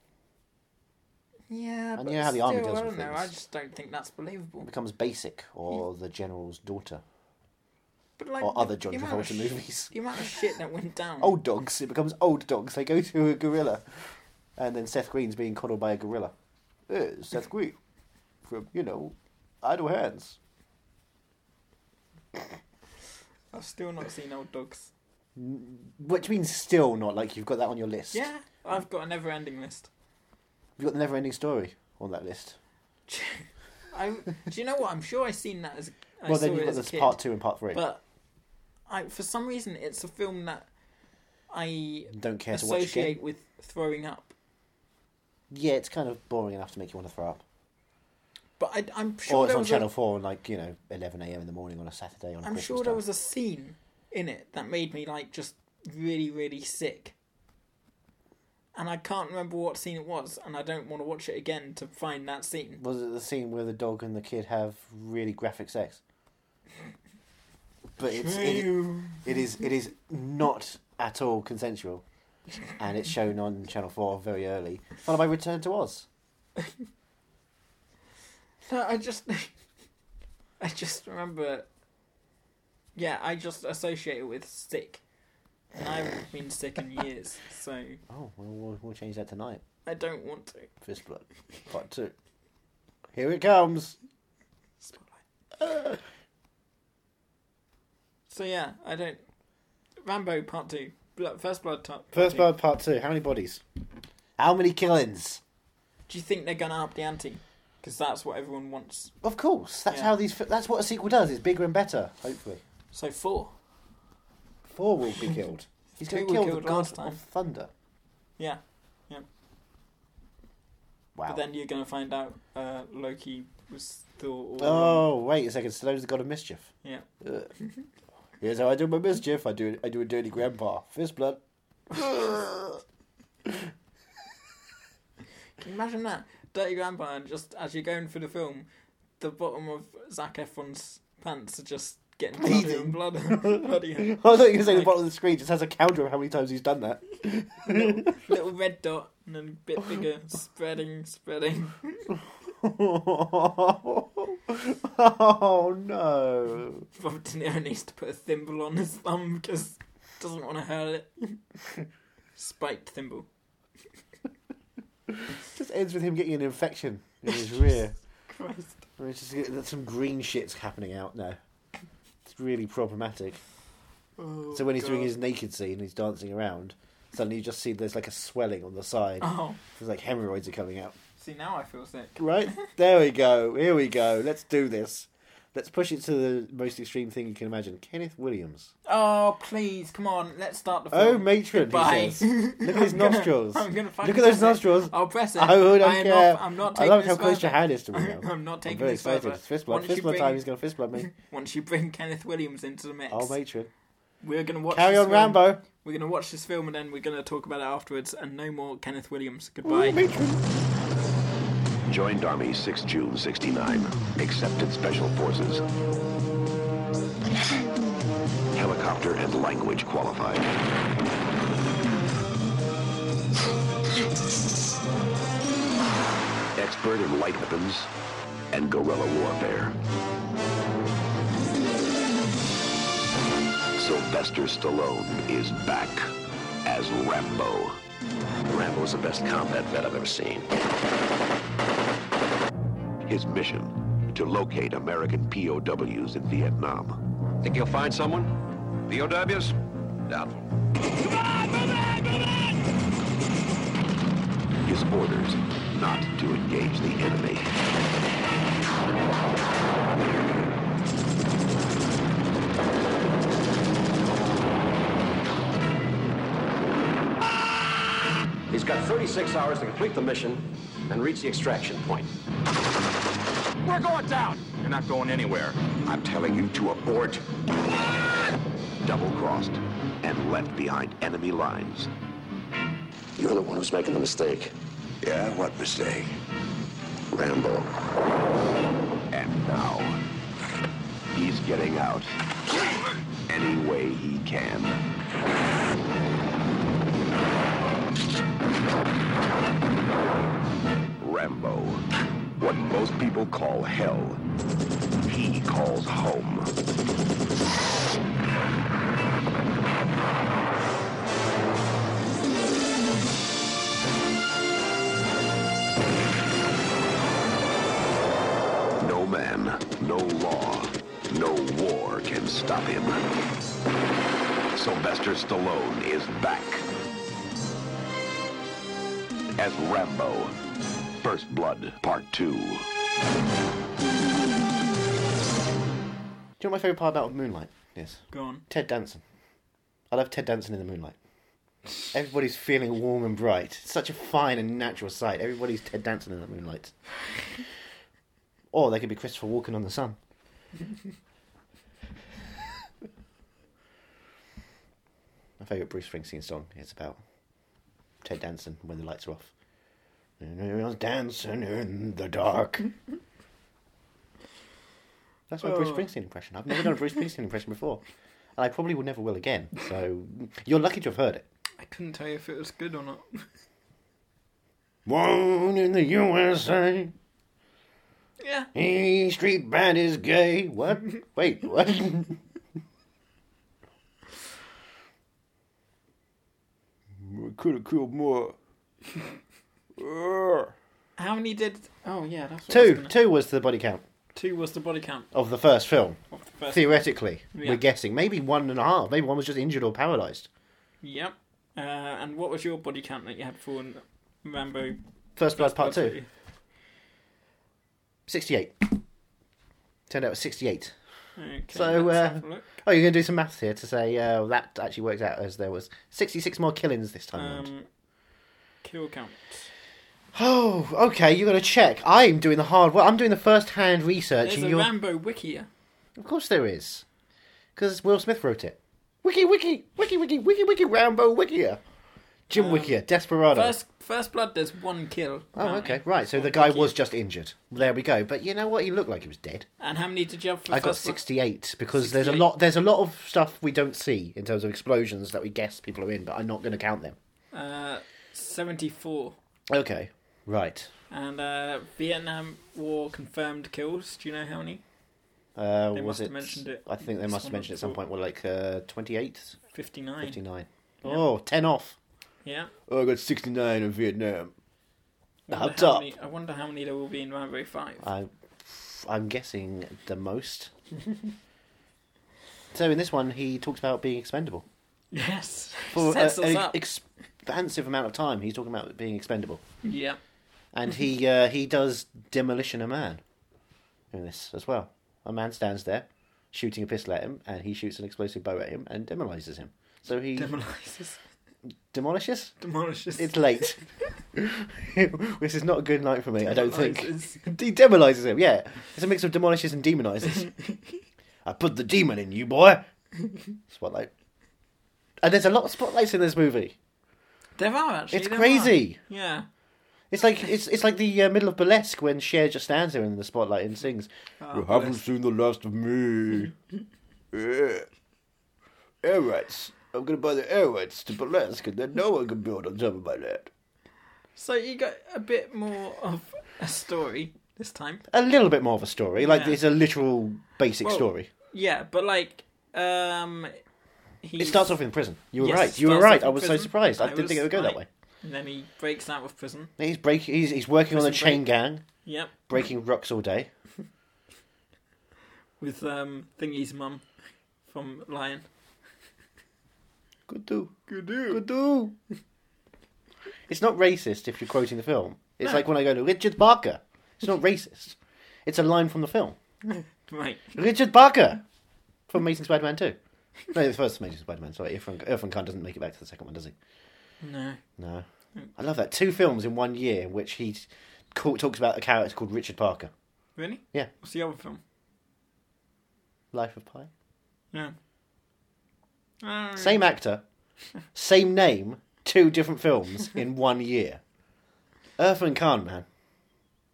[SPEAKER 2] Yeah,
[SPEAKER 1] And
[SPEAKER 2] but
[SPEAKER 1] you know how the army
[SPEAKER 2] still,
[SPEAKER 1] deals
[SPEAKER 2] I don't
[SPEAKER 1] with
[SPEAKER 2] know.
[SPEAKER 1] things.
[SPEAKER 2] I just don't think that's believable.
[SPEAKER 1] It becomes basic, or the general's daughter,
[SPEAKER 2] But like
[SPEAKER 1] or
[SPEAKER 2] the-
[SPEAKER 1] other John
[SPEAKER 2] the amount of
[SPEAKER 1] Travolta
[SPEAKER 2] sh-
[SPEAKER 1] movies. Oh.
[SPEAKER 2] The amount of shit that went down.
[SPEAKER 1] Old dogs. It becomes old dogs. They go [LAUGHS] to a gorilla, and then Seth Green's being coddled by a gorilla. Eh, Seth Green, from you know, Idle Hands.
[SPEAKER 2] I've still not seen Old Dogs.
[SPEAKER 1] Which means still not like you've got that on your list.
[SPEAKER 2] Yeah, I've got a never-ending list.
[SPEAKER 1] You've got the never ending story on that list.
[SPEAKER 2] I, do you know what? I'm sure I seen that as. I
[SPEAKER 1] well,
[SPEAKER 2] saw
[SPEAKER 1] then
[SPEAKER 2] it
[SPEAKER 1] you've got
[SPEAKER 2] as a
[SPEAKER 1] this
[SPEAKER 2] kid,
[SPEAKER 1] part two and part three.
[SPEAKER 2] But I, for some reason, it's a film that I
[SPEAKER 1] Don't care to watch again.
[SPEAKER 2] associate with throwing up.
[SPEAKER 1] Yeah, it's kind of boring enough to make you want to throw up.
[SPEAKER 2] But I, I'm
[SPEAKER 1] or
[SPEAKER 2] sure
[SPEAKER 1] it's
[SPEAKER 2] there
[SPEAKER 1] on
[SPEAKER 2] was
[SPEAKER 1] Channel
[SPEAKER 2] a,
[SPEAKER 1] Four on like you know eleven a.m. in the morning on a Saturday on. a
[SPEAKER 2] I'm
[SPEAKER 1] Christmas
[SPEAKER 2] sure there
[SPEAKER 1] time.
[SPEAKER 2] was a scene in it that made me like just really, really sick. And I can't remember what scene it was, and I don't want to watch it again to find that scene.
[SPEAKER 1] Was it the scene where the dog and the kid have really graphic sex? But it's it, it is it is not at all consensual, and it's shown on Channel Four very early, followed by Return to Oz.
[SPEAKER 2] No, I just, [LAUGHS] I just remember. Yeah, I just associate it with sick. And I haven't been sick in years, so
[SPEAKER 1] Oh, well, we'll, we'll change that tonight.
[SPEAKER 2] I don't want to.
[SPEAKER 1] Fist Blood, Part Two. Here it comes.
[SPEAKER 2] Spotlight. So yeah, I don't. Rambo Part Two, Blo- First Blood. Part
[SPEAKER 1] First
[SPEAKER 2] Blood.
[SPEAKER 1] Blood, Part Two. How many bodies? How many killings?
[SPEAKER 2] Do you think they're gonna up the ante? Because that's what everyone wants.
[SPEAKER 1] Of course, that's
[SPEAKER 2] Yeah.
[SPEAKER 1] how these. That's what a sequel does. It's bigger and better. Hopefully,
[SPEAKER 2] So four.
[SPEAKER 1] four will be killed. He's going
[SPEAKER 2] Two
[SPEAKER 1] to kill
[SPEAKER 2] were
[SPEAKER 1] the
[SPEAKER 2] killed
[SPEAKER 1] god
[SPEAKER 2] last time.
[SPEAKER 1] of thunder.
[SPEAKER 2] Yeah,
[SPEAKER 1] Wow.
[SPEAKER 2] but then you're gonna find out uh, Loki was still. all along.
[SPEAKER 1] oh wait a second. Stallone's the god of mischief.
[SPEAKER 2] Yeah.
[SPEAKER 1] Ugh. Here's how I do my mischief. I do. I do a dirty grandpa. Fist blood.
[SPEAKER 2] [LAUGHS] Can you imagine that? Dirty Grandpa, and just as you're going through the film, the bottom of Zac Efron's pants are just getting bloody
[SPEAKER 1] Bleeding. [LAUGHS]
[SPEAKER 2] and blood. [LAUGHS] bloody
[SPEAKER 1] I thought you were going to say the bottom of the screen just has a counter of how many times he's done that. [LAUGHS]
[SPEAKER 2] little, little red dot, and then a bit bigger, spreading, spreading.
[SPEAKER 1] oh no!
[SPEAKER 2] Robert De Niro needs to put a thimble on his thumb because doesn't want to hurt [LAUGHS] it. Spiked thimble.
[SPEAKER 1] Just ends with him getting an infection in
[SPEAKER 2] [LAUGHS]
[SPEAKER 1] his rear.
[SPEAKER 2] Christ.
[SPEAKER 1] I mean, it's just get- there's some green shit's happening out now. It's really problematic.
[SPEAKER 2] Oh,
[SPEAKER 1] So when he's doing
[SPEAKER 2] God.
[SPEAKER 1] his naked scene, he's dancing around. Suddenly you just see there's like a swelling on the side.
[SPEAKER 2] Oh,
[SPEAKER 1] There's like hemorrhoids are coming out.
[SPEAKER 2] see, now I feel sick.
[SPEAKER 1] Right there we go. Here we
[SPEAKER 2] [LAUGHS]
[SPEAKER 1] go. Let's do this. Let's push it to the most extreme thing you can imagine. Kenneth
[SPEAKER 2] [LAUGHS]
[SPEAKER 1] Williams.
[SPEAKER 2] Oh, please, come on, let's start the film.
[SPEAKER 1] Oh, matron.
[SPEAKER 2] Bye.
[SPEAKER 1] He
[SPEAKER 2] [LAUGHS]
[SPEAKER 1] says. Look at his
[SPEAKER 2] I'm gonna-
[SPEAKER 1] nostrils.
[SPEAKER 2] I'm gonna fucking
[SPEAKER 1] Look at those
[SPEAKER 2] press it.
[SPEAKER 1] nostrils.
[SPEAKER 2] I'll press it.
[SPEAKER 1] I don't
[SPEAKER 2] am
[SPEAKER 1] care.
[SPEAKER 2] Not, I'm not
[SPEAKER 1] I
[SPEAKER 2] taking
[SPEAKER 1] love how
[SPEAKER 2] this
[SPEAKER 1] close your
[SPEAKER 2] further.
[SPEAKER 1] hand is to me now.
[SPEAKER 2] I'm not
[SPEAKER 1] I'm
[SPEAKER 2] taking
[SPEAKER 1] very
[SPEAKER 2] this
[SPEAKER 1] excited.
[SPEAKER 2] further.
[SPEAKER 1] It's fist blood.
[SPEAKER 2] Once you
[SPEAKER 1] Fist blood
[SPEAKER 2] bring-
[SPEAKER 1] time. He's going to fist blood
[SPEAKER 2] [LAUGHS]
[SPEAKER 1] me.
[SPEAKER 2] Once you bring Kenneth Williams into the mix,
[SPEAKER 1] Oh, matron.
[SPEAKER 2] we're gonna watch.
[SPEAKER 1] Carry
[SPEAKER 2] this
[SPEAKER 1] on,
[SPEAKER 2] film.
[SPEAKER 1] Rambo.
[SPEAKER 2] We're gonna watch this film and then we're gonna talk about it afterwards. And no more Kenneth Williams.
[SPEAKER 1] Oh,
[SPEAKER 2] Goodbye.
[SPEAKER 1] matron.
[SPEAKER 3] Joined Army 6 June 69. Accepted Special Forces. Helicopter and language qualified. Expert in light weapons and guerrilla warfare. Sylvester Stallone is back as Rambo. Rambo's the best combat vet I've ever seen. His mission to locate American POWs in Vietnam.
[SPEAKER 4] Think you'll find someone? VOWs? Doubtful.
[SPEAKER 3] His orders not to engage the enemy.
[SPEAKER 4] He's got 36 hours to complete the mission and reach the extraction point. We're going down! You're not going anywhere.
[SPEAKER 3] I'm telling you to abort. Double crossed and left behind enemy lines.
[SPEAKER 4] You're the one who's making the mistake.
[SPEAKER 3] Yeah, what mistake? Rambo. And now, He's getting out any way he can. Rambo, what most people call hell, he calls home. No man, no law, no war can stop him. Sylvester Stallone is back as Rambo. First Blood, Part 2.
[SPEAKER 1] you know what my favourite part about Moonlight is?
[SPEAKER 2] Go on.
[SPEAKER 1] Ted Danson. I love Ted Danson in the moonlight. Everybody's feeling warm and bright. It's such a fine and natural sight. Everybody's Ted Danson in the moonlight. Or they could be Christopher Walken on the sun. My favourite Bruce Springsteen song is about Ted Danson when the lights are off. And I was dancing in the dark. That's my Bruce
[SPEAKER 2] Oh.
[SPEAKER 1] Springsteen impression. I've never done a Bruce Springsteen impression before. And I probably will never will again. So you're lucky to have heard it.
[SPEAKER 2] I couldn't tell you if it was good or not.
[SPEAKER 1] Born in the USA,
[SPEAKER 2] yeah.
[SPEAKER 1] E Street Band is gay. [LAUGHS] What? Wait, what? Could have killed more.
[SPEAKER 2] How many did? Oh yeah, that's what I was
[SPEAKER 1] Two,
[SPEAKER 2] gonna-
[SPEAKER 1] two was the body count
[SPEAKER 2] Two was the body count.
[SPEAKER 1] of the first film.
[SPEAKER 2] Of the first.
[SPEAKER 1] Theoretically,
[SPEAKER 2] Yeah.
[SPEAKER 1] we're guessing maybe one and a half. Maybe one was just injured or paralyzed.
[SPEAKER 2] Yep. Uh, and what was your body count that you had for in Rambo
[SPEAKER 1] First Blood Part Two,
[SPEAKER 2] Two?
[SPEAKER 1] sixty-eight. Turned out it was sixty-eight.
[SPEAKER 2] Okay,
[SPEAKER 1] So,
[SPEAKER 2] let's
[SPEAKER 1] uh,
[SPEAKER 2] have a look.
[SPEAKER 1] Oh, you're going to do some maths here to say uh, that actually works out as there was 66 more killings this time round.
[SPEAKER 2] um, kill count.
[SPEAKER 1] Oh, okay, you got to check. I'm doing the hard work. I'm doing the first-hand research.
[SPEAKER 2] There's
[SPEAKER 1] and
[SPEAKER 2] a
[SPEAKER 1] you're...
[SPEAKER 2] Rambo wiki. here.
[SPEAKER 1] Of course there is. Because Will Smith wrote it. Wiki, wiki, wiki, wiki, wiki, wiki, Rambo, wikia. Jim Wikia, Desperado.
[SPEAKER 2] Uh, First, first blood. There's one kill.
[SPEAKER 1] Oh,
[SPEAKER 2] apparently.
[SPEAKER 1] okay, right. So the guy
[SPEAKER 2] Wiki.
[SPEAKER 1] was just injured. There we go. But you know what? He looked like he was dead.
[SPEAKER 2] And how many did you have for
[SPEAKER 1] I got
[SPEAKER 2] first blood?
[SPEAKER 1] sixty-eight because there's a
[SPEAKER 2] 68.
[SPEAKER 1] lot. There's a lot of stuff we don't see in terms of explosions that we guess people are in, but I'm not going to count them.
[SPEAKER 2] Uh, seventy-four.
[SPEAKER 1] Okay, right.
[SPEAKER 2] And uh, Vietnam War confirmed kills. Do you know how many?
[SPEAKER 1] Uh,
[SPEAKER 2] They
[SPEAKER 1] was
[SPEAKER 2] must
[SPEAKER 1] it,
[SPEAKER 2] have mentioned it.
[SPEAKER 1] I think they
[SPEAKER 2] It's
[SPEAKER 1] must have
[SPEAKER 2] one of
[SPEAKER 1] mentioned it at
[SPEAKER 2] the
[SPEAKER 1] some
[SPEAKER 2] four.
[SPEAKER 1] point. Well, like uh, 28,
[SPEAKER 2] Fifty-nine.
[SPEAKER 1] 59. Oh, 10 off.
[SPEAKER 2] Yeah.
[SPEAKER 1] Oh, I got 69 in Vietnam.
[SPEAKER 2] Wonder
[SPEAKER 1] Up
[SPEAKER 2] how
[SPEAKER 1] top.
[SPEAKER 2] many- I wonder how many there will be in Rambo Five.
[SPEAKER 1] I, I'm guessing the most. [LAUGHS] so in this one, he talks about being expendable.
[SPEAKER 2] yes.
[SPEAKER 1] For uh, a-
[SPEAKER 2] Sets us
[SPEAKER 1] an
[SPEAKER 2] up.
[SPEAKER 1] expansive amount of time, he's talking about being expendable.
[SPEAKER 2] yeah.
[SPEAKER 1] And
[SPEAKER 2] [LAUGHS]
[SPEAKER 1] he uh, he does demolition a man in this as well. A man stands there, shooting a pistol at him, and he shoots an explosive bow at him and demolizes him. So he
[SPEAKER 2] Demolishes.
[SPEAKER 1] demolishes.
[SPEAKER 2] Demolishes.
[SPEAKER 1] It's late. [LAUGHS] this is not a good night for me, I don't think. [LAUGHS]
[SPEAKER 2] Demolizes.
[SPEAKER 1] He demolises him, yeah. It's a mix of demolishes and demonises. I put the demon in you, boy. Spotlight. And there's a lot of spotlights in this movie.
[SPEAKER 2] There are actually.
[SPEAKER 1] It's
[SPEAKER 2] there
[SPEAKER 1] crazy.
[SPEAKER 2] are. Yeah.
[SPEAKER 1] It's like it's it's like the uh, middle of burlesque when Cher just stands there in the spotlight and sings. you haven't seen the last of me. yeah. Air rights. I'm gonna buy the air rights to burlesque, and then no one can build on top of my land.
[SPEAKER 2] So you got a bit more of a story this time.
[SPEAKER 1] A little bit more of a story, like
[SPEAKER 2] Yeah.
[SPEAKER 1] it's a literal basic
[SPEAKER 2] Well,
[SPEAKER 1] story.
[SPEAKER 2] Yeah, but like, um, he
[SPEAKER 1] It starts off in prison. You were
[SPEAKER 2] Yes,
[SPEAKER 1] right. You were
[SPEAKER 2] starts off
[SPEAKER 1] right.
[SPEAKER 2] in
[SPEAKER 1] I was so
[SPEAKER 2] prison.
[SPEAKER 1] surprised. I,
[SPEAKER 2] I
[SPEAKER 1] didn't think
[SPEAKER 2] was
[SPEAKER 1] it would go that way.
[SPEAKER 2] right. And then he breaks out of prison.
[SPEAKER 1] He's break. He's he's working on a
[SPEAKER 2] Prison break.
[SPEAKER 1] chain gang,
[SPEAKER 2] Yep.
[SPEAKER 1] breaking rocks all day.
[SPEAKER 2] With um Thingy's mum from Lion.
[SPEAKER 1] Good do.
[SPEAKER 2] Good dude.
[SPEAKER 1] Good do. [LAUGHS] it's not racist if you're quoting the film. It's like when I go to Richard Barker. It's
[SPEAKER 2] [LAUGHS]
[SPEAKER 1] not racist. It's a line from the film.
[SPEAKER 2] Right.
[SPEAKER 1] Richard Barker from Amazing Spider-Man Two. No, the first Amazing Spider-Man. Sorry, Irfan, Irfan Khan doesn't make it back to the second one, does he?
[SPEAKER 2] No.
[SPEAKER 1] No. I love that. Two films in one year in which he ca- talks about a character called Richard Parker.
[SPEAKER 2] Really?
[SPEAKER 1] Yeah.
[SPEAKER 2] What's the other film?
[SPEAKER 1] Life of Pi.
[SPEAKER 2] No. Ah,
[SPEAKER 1] Same actor, same name, two different films in one year. Irfan Khan, man.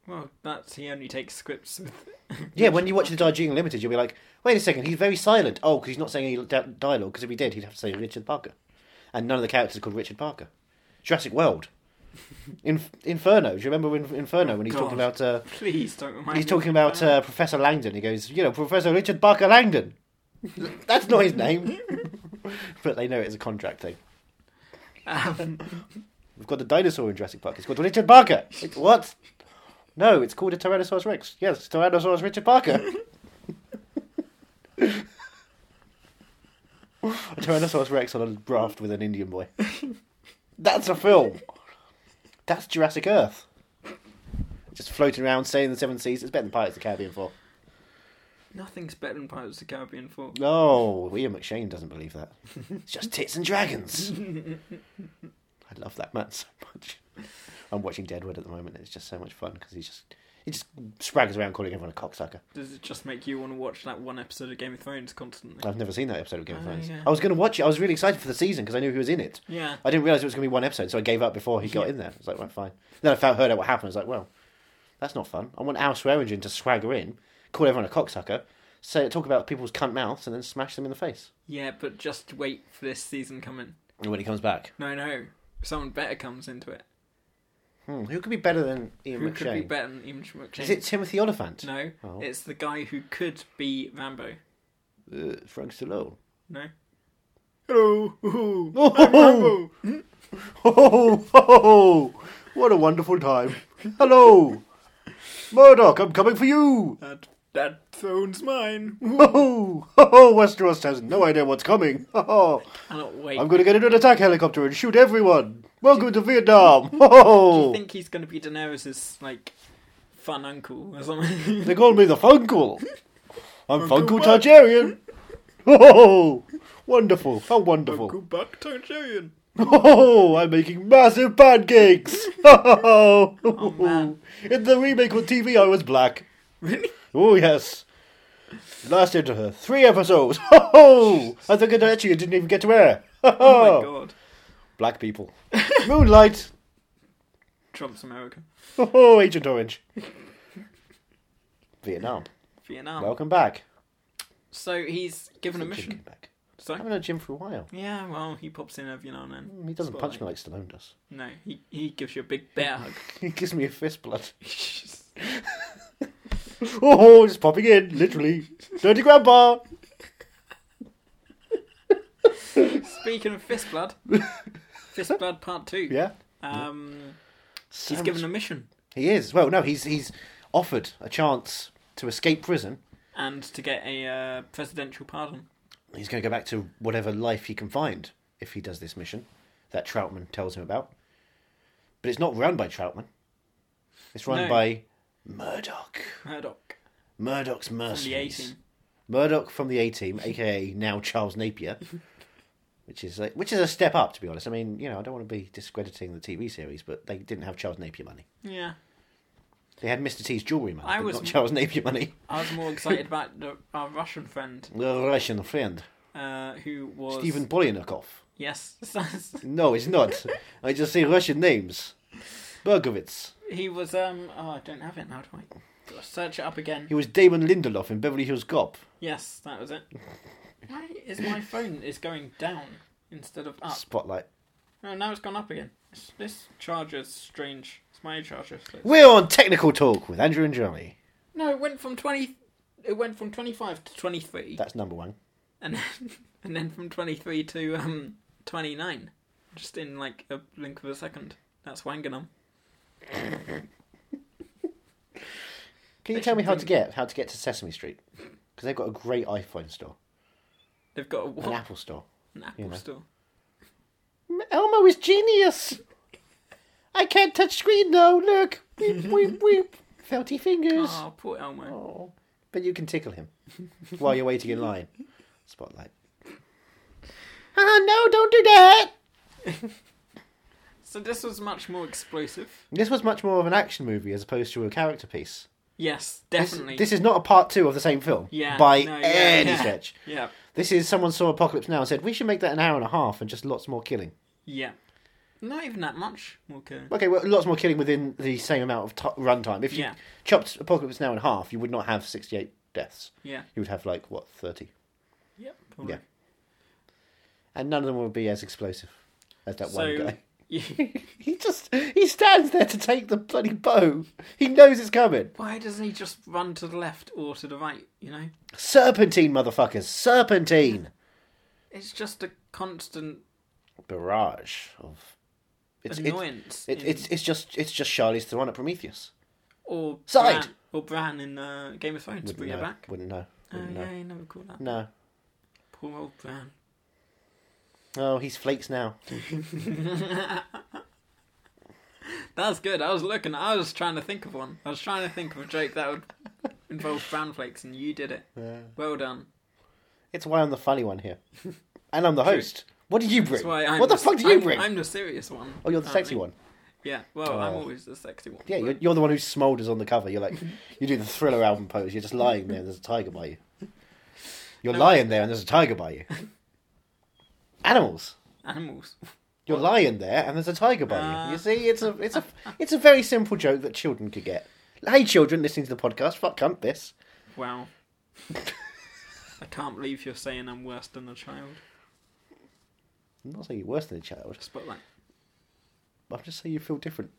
[SPEAKER 2] Well, that's he only takes scripts with. [LAUGHS]
[SPEAKER 1] Yeah, when you watch the Darjeeling Limited, you'll be like, wait a second, he's very silent. Oh, because he's not saying any di- dialogue, because if he did, he'd have to say Richard Parker. And none of the characters are called Richard Parker. Jurassic World. In- Inferno. Do you remember in- Inferno when he's talking
[SPEAKER 2] God.
[SPEAKER 1] about. Uh,
[SPEAKER 2] Please don't remind.
[SPEAKER 1] he's
[SPEAKER 2] me
[SPEAKER 1] talking
[SPEAKER 2] of
[SPEAKER 1] about
[SPEAKER 2] that.
[SPEAKER 1] uh, Professor Langdon. He goes, you know, Professor Richard Parker Langdon. [LAUGHS] That's not his name. [LAUGHS] but they know it's a contract thing.
[SPEAKER 2] Um,
[SPEAKER 1] [LAUGHS] We've got the dinosaur in Jurassic Park. It's called Richard Parker. It- what? No, it's called a Tyrannosaurus Rex. Yes, Tyrannosaurus Richard [LAUGHS] Parker. a Tyrannosaurus Rex on a raft with an Indian boy. That's a film. That's Jurassic Earth. Just floating around, saying the seven seas. It's better than Pirates of the Caribbean 4.
[SPEAKER 2] nothing's better than Pirates of the Caribbean Four.
[SPEAKER 1] No, Oh, Ian McShane doesn't believe that. It's just tits and
[SPEAKER 2] [LAUGHS]
[SPEAKER 1] dragons. I love that man so much. I'm watching Deadwood at the moment. It's just so much fun because he just he just sprags around calling everyone a cocksucker.
[SPEAKER 2] Does it just make you want to watch that one episode of Game of Thrones constantly?
[SPEAKER 1] I've never seen that episode of Game of
[SPEAKER 2] Oh,
[SPEAKER 1] Thrones.
[SPEAKER 2] yeah.
[SPEAKER 1] I was going to watch it. I was really excited for the season because I knew he was in it.
[SPEAKER 2] Yeah.
[SPEAKER 1] I didn't realize it was going to be one episode, so I gave up before he got in there. I was like, right, fine. Then I found heard out what happened. I was like, well, that's not fun. I want Al Swearingen to swagger in, call everyone a cocksucker, say talk about people's cunt mouths, and then smash them in the face.
[SPEAKER 2] Yeah, but just wait for this season coming.
[SPEAKER 1] And when he comes back,
[SPEAKER 2] No, no, someone better comes into it.
[SPEAKER 1] Hmm, who could be better than Ian
[SPEAKER 2] Who
[SPEAKER 1] McShane?
[SPEAKER 2] could be better than Ian McShane?
[SPEAKER 1] Is it Timothy Oliphant?
[SPEAKER 2] No,
[SPEAKER 1] Oh.
[SPEAKER 2] it's the guy who could be Rambo.
[SPEAKER 1] Uh, Frank Stallone. [LAUGHS]
[SPEAKER 2] No. Hello. ooh,
[SPEAKER 1] Oh,
[SPEAKER 2] I'm Rambo.
[SPEAKER 1] Oh, ho, ho, ho. what a wonderful time! Hello, Murdoch, I'm coming for you.
[SPEAKER 2] That that
[SPEAKER 1] [LAUGHS]
[SPEAKER 2] throne's mine. Ooh.
[SPEAKER 1] Oh, ho, ho, Westeros has no idea what's coming. [LAUGHS] Ho, ho.
[SPEAKER 2] Cannot wait.
[SPEAKER 1] I'm going to get into an attack helicopter and shoot everyone. Welcome to Vietnam. Ho,
[SPEAKER 2] [LAUGHS] Do
[SPEAKER 1] ho.
[SPEAKER 2] you think he's going to be Daenerys's like fun uncle or something? [LAUGHS]
[SPEAKER 1] They call me the Funkle. I'm
[SPEAKER 2] Uncle
[SPEAKER 1] Funkle
[SPEAKER 2] Buck.
[SPEAKER 1] Targaryen. Ho, ho, ho. wonderful! How wonderful!
[SPEAKER 2] Buck Targaryen.
[SPEAKER 1] Oh, I'm making massive
[SPEAKER 2] [LAUGHS]
[SPEAKER 1] pancakes! Oh,
[SPEAKER 2] man.
[SPEAKER 1] In the remake on TV, I was black.
[SPEAKER 2] Really?
[SPEAKER 1] Oh, yes. It lasted uh, three episodes. [LAUGHS] Oh, I think it actually didn't even get to air.
[SPEAKER 2] Oh my god.
[SPEAKER 1] Black people. [LAUGHS] Moonlight.
[SPEAKER 2] Trump's America.
[SPEAKER 1] Oh, Agent Orange. [LAUGHS] Vietnam.
[SPEAKER 2] Vietnam.
[SPEAKER 1] Welcome back.
[SPEAKER 2] so he's given Oh. a
[SPEAKER 1] Jim came
[SPEAKER 2] mission.
[SPEAKER 1] back. I
[SPEAKER 2] So
[SPEAKER 1] haven't had Jim for a while.
[SPEAKER 2] yeah, well, he pops in every now and then.
[SPEAKER 1] He doesn't punch me
[SPEAKER 2] Spotlight.
[SPEAKER 1] like Stallone does. [LAUGHS]
[SPEAKER 2] No, he he gives you a big bear hug.
[SPEAKER 1] He gives me a fist
[SPEAKER 2] [LAUGHS]
[SPEAKER 1] blood. [LAUGHS] Oh, just popping in, literally. Dirty grandpa.
[SPEAKER 2] Speaking of
[SPEAKER 1] [LAUGHS]
[SPEAKER 2] fist blood, fist blood part two.
[SPEAKER 1] Yeah.
[SPEAKER 2] Um,
[SPEAKER 1] So
[SPEAKER 2] he's
[SPEAKER 1] much-
[SPEAKER 2] given a mission
[SPEAKER 1] He is. Well, no, he's he's offered a chance to escape prison.
[SPEAKER 2] and to get a uh, presidential pardon.
[SPEAKER 1] He's going to go back to whatever life he can find if he does this mission that Troutman tells him about. But it's not run by Troutman. It's run
[SPEAKER 2] No.
[SPEAKER 1] by Murdoch.
[SPEAKER 2] Murdoch.
[SPEAKER 1] Murdoch's
[SPEAKER 2] The A
[SPEAKER 1] mercenaries.
[SPEAKER 2] team.
[SPEAKER 1] Murdoch from the A Team, aka now Charles
[SPEAKER 2] [LAUGHS]
[SPEAKER 1] Napier, which is like, which is a step up to be honest. I mean, you know, I don't want to be discrediting the TV series, but they didn't have Charles Napier money.
[SPEAKER 2] Yeah.
[SPEAKER 1] They had Mr. T's jewelry money,
[SPEAKER 2] I
[SPEAKER 1] but
[SPEAKER 2] was-
[SPEAKER 1] not Charles Napier money.
[SPEAKER 2] [LAUGHS] I was more excited about the, our Russian friend
[SPEAKER 1] The Russian friend.
[SPEAKER 2] uh, who was
[SPEAKER 1] Stephen Polyanakov.
[SPEAKER 2] Yes, [LAUGHS]
[SPEAKER 1] No, it's not. I just say Russian names. Bergovitz.
[SPEAKER 2] he was. Um, oh, I don't have it now. Do I? Gotta Search it up again.
[SPEAKER 1] He was Damon Lindelof in Beverly Hills Cop.
[SPEAKER 2] Yes, that was it. Why is my phone is going down instead of up?
[SPEAKER 1] Spotlight.
[SPEAKER 2] Oh, now it's gone up again. It's- This charger's strange. It's my charger. so it's-
[SPEAKER 1] We're on Technical Talk with Andrew and Johnny.
[SPEAKER 2] No, it went from twenty. It went from twenty-five to twenty-three,
[SPEAKER 1] That's number one.
[SPEAKER 2] and then, [LAUGHS] and then from twenty-three to um twenty-nine, just in like a blink of a second. That's wanganum.
[SPEAKER 1] Can you
[SPEAKER 2] They
[SPEAKER 1] tell me
[SPEAKER 2] should
[SPEAKER 1] how
[SPEAKER 2] do-
[SPEAKER 1] to get how to get to Sesame Street? Because they've got a great iPhone store,
[SPEAKER 2] They've got a
[SPEAKER 1] an
[SPEAKER 2] what?
[SPEAKER 1] Apple store.
[SPEAKER 2] An Apple
[SPEAKER 1] you know.
[SPEAKER 2] store.
[SPEAKER 1] Elmo is genius. I can't touch screen though. Look, weep weep weep. Felty fingers.
[SPEAKER 2] Oh, poor Elmo.
[SPEAKER 1] Oh, but you can tickle him while you're waiting in line. Spotlight. Ah, no, don't do that.
[SPEAKER 2] So this was much more explosive.
[SPEAKER 1] This was much more of an action movie as opposed to a character piece.
[SPEAKER 2] Yes,
[SPEAKER 1] This,
[SPEAKER 2] definitely.
[SPEAKER 1] this is not a part two of the same film
[SPEAKER 2] yeah,
[SPEAKER 1] by
[SPEAKER 2] no, yeah,
[SPEAKER 1] any
[SPEAKER 2] yeah.
[SPEAKER 1] stretch.
[SPEAKER 2] [LAUGHS] Yeah,
[SPEAKER 1] This is someone saw Apocalypse Now and said we should make that an hour and a half and just lots more killing.
[SPEAKER 2] yeah. Not even that much. Okay.
[SPEAKER 1] Okay, well, lots more killing within the same amount of t- runtime. If you
[SPEAKER 2] Yeah.
[SPEAKER 1] chopped Apocalypse Now in half, you would not have 68 deaths.
[SPEAKER 2] Yeah.
[SPEAKER 1] You would have, like, what, 30?
[SPEAKER 2] Yep.
[SPEAKER 1] Yeah. And none of them would be as explosive as that one
[SPEAKER 2] So, [LAUGHS]
[SPEAKER 1] guy. [LAUGHS]
[SPEAKER 2] you,
[SPEAKER 1] He just, he stands there to take the bloody bow. He knows it's coming.
[SPEAKER 2] why doesn't he just run to the left or to the right? You know,
[SPEAKER 1] Serpentine, motherfuckers. Serpentine.
[SPEAKER 2] it's just a constant
[SPEAKER 1] Barrage of... It's, it's-
[SPEAKER 2] annoyance.
[SPEAKER 1] It,
[SPEAKER 2] in-
[SPEAKER 1] it's it's just it's just Charlie's Theron at Prometheus.
[SPEAKER 2] or
[SPEAKER 1] Side!
[SPEAKER 2] Bran, or Bran in uh, Game of Thrones. Bring
[SPEAKER 1] know.
[SPEAKER 2] it back.
[SPEAKER 1] Wouldn't know.
[SPEAKER 2] Oh
[SPEAKER 1] Wouldn't know.
[SPEAKER 2] yeah, you never caught that.
[SPEAKER 1] No.
[SPEAKER 2] Poor old Bran.
[SPEAKER 1] Oh, he's flakes now.
[SPEAKER 2] That's good. I was looking. I was trying to think of one. I was trying to think of a joke that would
[SPEAKER 1] [LAUGHS]
[SPEAKER 2] involve brown flakes, and you did it. Well done.
[SPEAKER 1] It's why I'm the funny one
[SPEAKER 2] [LAUGHS]
[SPEAKER 1] here, and I'm the host. What do you bring?
[SPEAKER 2] That's why I'm
[SPEAKER 1] what the fuck do you
[SPEAKER 2] I'm-
[SPEAKER 1] bring?
[SPEAKER 2] I'm the serious one.
[SPEAKER 1] oh, you're the sexy
[SPEAKER 2] apparently.
[SPEAKER 1] one.
[SPEAKER 2] Yeah. Well, I'm
[SPEAKER 1] Oh.
[SPEAKER 2] always the sexy one.
[SPEAKER 1] Yeah, you're, you're the one who smoulders on the cover. You're
[SPEAKER 2] [LAUGHS]
[SPEAKER 1] like, you do the thriller album pose. You're just lying there. and There's a tiger by you. You're
[SPEAKER 2] [LAUGHS] Oh.
[SPEAKER 1] lying there, and there's a tiger by you. Animals.
[SPEAKER 2] Animals. [LAUGHS]
[SPEAKER 1] You're lying there, and there's a tiger by you. You see, it's a it's a it's a very simple joke that children could get. Hey, children listening to the podcast, fuck cunt this. [LAUGHS]
[SPEAKER 2] Wow. I can't believe you're saying I'm worse than a child.
[SPEAKER 1] I'm not saying you're worse than a child.
[SPEAKER 2] Just put that.
[SPEAKER 1] I'm just saying you feel different.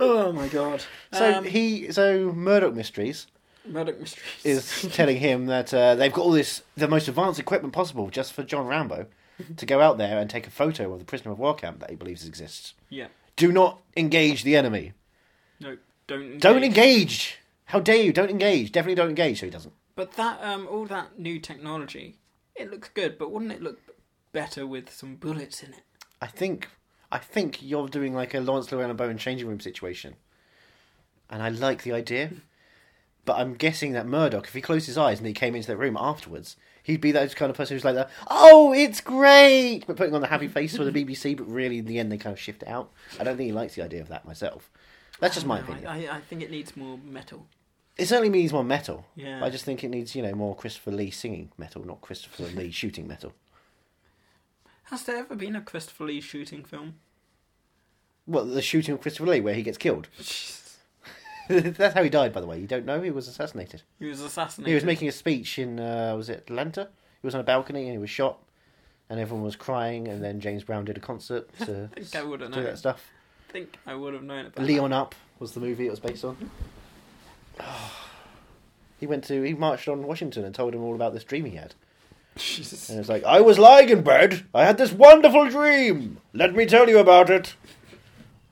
[SPEAKER 2] Oh my god.
[SPEAKER 1] So
[SPEAKER 2] um,
[SPEAKER 1] he, so Murdoch Mysteries
[SPEAKER 2] Murdoch Mysteries.
[SPEAKER 1] is telling him that uh, they've got all this, the most advanced equipment possible, just for John Rambo, to go out there and take a photo of the prisoner of war camp that he believes exists.
[SPEAKER 2] Yeah.
[SPEAKER 1] Do not engage the enemy.
[SPEAKER 2] No. Don't. Engage.
[SPEAKER 1] Don't engage. How dare you? Don't engage. Definitely don't engage. So he doesn't.
[SPEAKER 2] But that um, all that new technology, it looks good. But wouldn't it look better with some bullets in it?
[SPEAKER 1] I think, I think you're doing like a Lawrence Llewellyn Bowen changing room situation, and I like the idea. But I'm guessing that Murdoch, if he closed his eyes and he came into that room afterwards, he'd be that kind of person who's like, that, "Oh, it's great," but putting on the happy
[SPEAKER 2] [LAUGHS]
[SPEAKER 1] face for the BBC. But really, in the end, they kind of shift it out. I don't think he likes the idea of that myself. That's just my
[SPEAKER 2] No,
[SPEAKER 1] opinion.
[SPEAKER 2] I, I, I think it needs more metal.
[SPEAKER 1] It certainly means more metal.
[SPEAKER 2] Yeah.
[SPEAKER 1] but I just think it needs, you know, more Christopher Lee singing metal, not Christopher Lee [LAUGHS] shooting metal.
[SPEAKER 2] Has there ever been a Christopher Lee shooting film?
[SPEAKER 1] Well, the shooting of Christopher Lee where he gets killed. [LAUGHS] That's how he died, by the way. You don't know he was assassinated.
[SPEAKER 2] He was assassinated.
[SPEAKER 1] He was making a speech in uh, was it Atlanta? He was on a balcony and he was shot, and everyone was crying. And then James Brown did a concert to
[SPEAKER 2] think [LAUGHS] I would've
[SPEAKER 1] do
[SPEAKER 2] known.
[SPEAKER 1] that stuff.
[SPEAKER 2] I think I would have known about
[SPEAKER 1] Leon Up was the movie it was based on.
[SPEAKER 2] Hmm.
[SPEAKER 1] [SIGHS] he went to he marched on Washington and told him all about this dream he had.
[SPEAKER 2] that. Jesus.
[SPEAKER 1] And it was like, I was lying in bed. I had this wonderful dream. Let me tell you about it.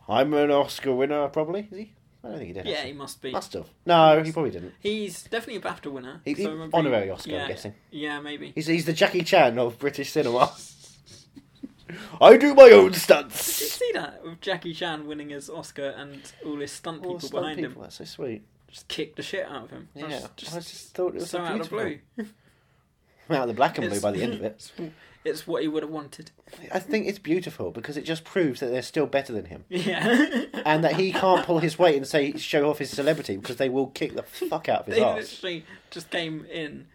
[SPEAKER 1] I'm an Oscar winner, probably. Is he? I don't think he did.
[SPEAKER 2] Yeah,
[SPEAKER 1] actually.
[SPEAKER 2] he must be.
[SPEAKER 1] must have. No,
[SPEAKER 2] must-
[SPEAKER 1] he probably didn't.
[SPEAKER 2] He's definitely a BAFTA winner.
[SPEAKER 1] He- he-
[SPEAKER 2] I remember
[SPEAKER 1] honorary Oscar, I'm
[SPEAKER 2] yeah,
[SPEAKER 1] guessing.
[SPEAKER 2] Yeah, maybe.
[SPEAKER 1] He's, he's the Jackie Chan of British
[SPEAKER 2] [LAUGHS]
[SPEAKER 1] cinema. I do my own
[SPEAKER 2] Did you
[SPEAKER 1] stunts.
[SPEAKER 2] see that with Jackie Chan winning his Oscar and all his stunt people
[SPEAKER 1] All stunt
[SPEAKER 2] behind
[SPEAKER 1] people,
[SPEAKER 2] him
[SPEAKER 1] That's so sweet.
[SPEAKER 2] just kicked the shit out of him?
[SPEAKER 1] Yeah,
[SPEAKER 2] That's
[SPEAKER 1] I just thought it was
[SPEAKER 2] so
[SPEAKER 1] so
[SPEAKER 2] out of the
[SPEAKER 1] beautiful.
[SPEAKER 2] blue.
[SPEAKER 1] [LAUGHS] Out of the black and blue
[SPEAKER 2] It's-
[SPEAKER 1] by the
[SPEAKER 2] [LAUGHS]
[SPEAKER 1] end of it.
[SPEAKER 2] It's what he would have wanted. [LAUGHS]
[SPEAKER 1] I think it's beautiful because it just proves that they're still better than him,
[SPEAKER 2] Yeah,
[SPEAKER 1] and that he can't pull his weight and say show off his celebrity because they will kick the fuck
[SPEAKER 2] [LAUGHS]
[SPEAKER 1] out of his
[SPEAKER 2] they
[SPEAKER 1] ass.
[SPEAKER 2] literally just came in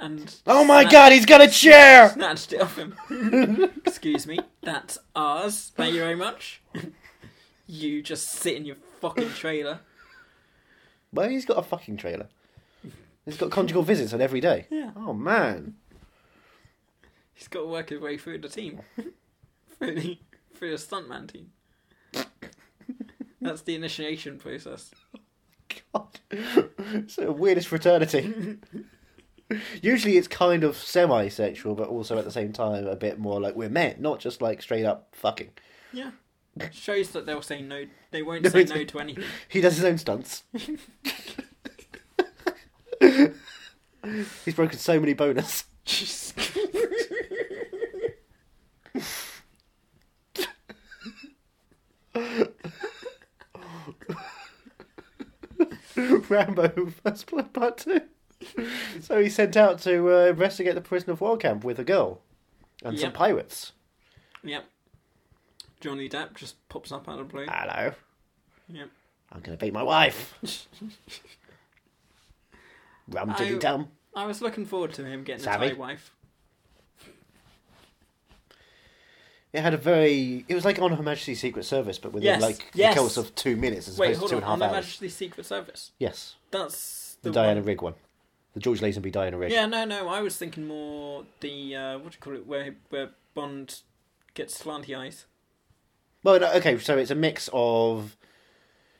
[SPEAKER 2] and
[SPEAKER 1] Oh my
[SPEAKER 2] snatched-
[SPEAKER 1] god, he's got a chair!
[SPEAKER 2] snatched it
[SPEAKER 1] [LAUGHS]
[SPEAKER 2] off him. Excuse me, that's ours. Thank you very much. [LAUGHS] you just sit in your fucking trailer.
[SPEAKER 1] Well, he's got a fucking trailer. He's got conjugal visits on every day.
[SPEAKER 2] Yeah.
[SPEAKER 1] Oh man.
[SPEAKER 2] He's got to work his way through the team, [LAUGHS] through the through the stuntman team. That's the initiation process.
[SPEAKER 1] God. [LAUGHS] It's the weirdest fraternity. Usually it's kind of semi sexual, but also at the same time a bit more like we're men, not just like straight up fucking.
[SPEAKER 2] Yeah, shows that they'll say no. They won't say
[SPEAKER 1] it's-
[SPEAKER 2] no to anything.
[SPEAKER 1] He does his own stunts. He's broken so many bonus. Rambo First Blood Part 2. So he's sent out to uh, investigate the prison of war camp with a girl and some
[SPEAKER 2] Yep.
[SPEAKER 1] pirates.
[SPEAKER 2] Yep. Johnny Depp just pops up out of the blue.
[SPEAKER 1] Hello.
[SPEAKER 2] Yep.
[SPEAKER 1] I'm going to beat my wife.
[SPEAKER 2] [LAUGHS]
[SPEAKER 1] Rum diddy
[SPEAKER 2] I-
[SPEAKER 1] dum.
[SPEAKER 2] Oh. I was looking forward to him getting
[SPEAKER 1] Savvy.
[SPEAKER 2] a Thai wife.
[SPEAKER 1] It had a very. It was like on Her Majesty's Secret Service, but within
[SPEAKER 2] Yes,
[SPEAKER 1] like
[SPEAKER 2] yes.
[SPEAKER 1] the course of two minutes as
[SPEAKER 2] Wait,
[SPEAKER 1] opposed to
[SPEAKER 2] hold
[SPEAKER 1] two
[SPEAKER 2] on.
[SPEAKER 1] and a half
[SPEAKER 2] On the
[SPEAKER 1] hours.
[SPEAKER 2] Majesty's Secret Service.
[SPEAKER 1] Yes,
[SPEAKER 2] That's
[SPEAKER 1] the,
[SPEAKER 2] the,
[SPEAKER 1] Diana
[SPEAKER 2] one-
[SPEAKER 1] Rigg one, the George Lazenby Diana Rigg.
[SPEAKER 2] Yeah, no, no. I was thinking more the uh, what do you call it, where where Bond gets slanty eyes. [LAUGHS]
[SPEAKER 1] Well, no, uh, okay, so it's a mix of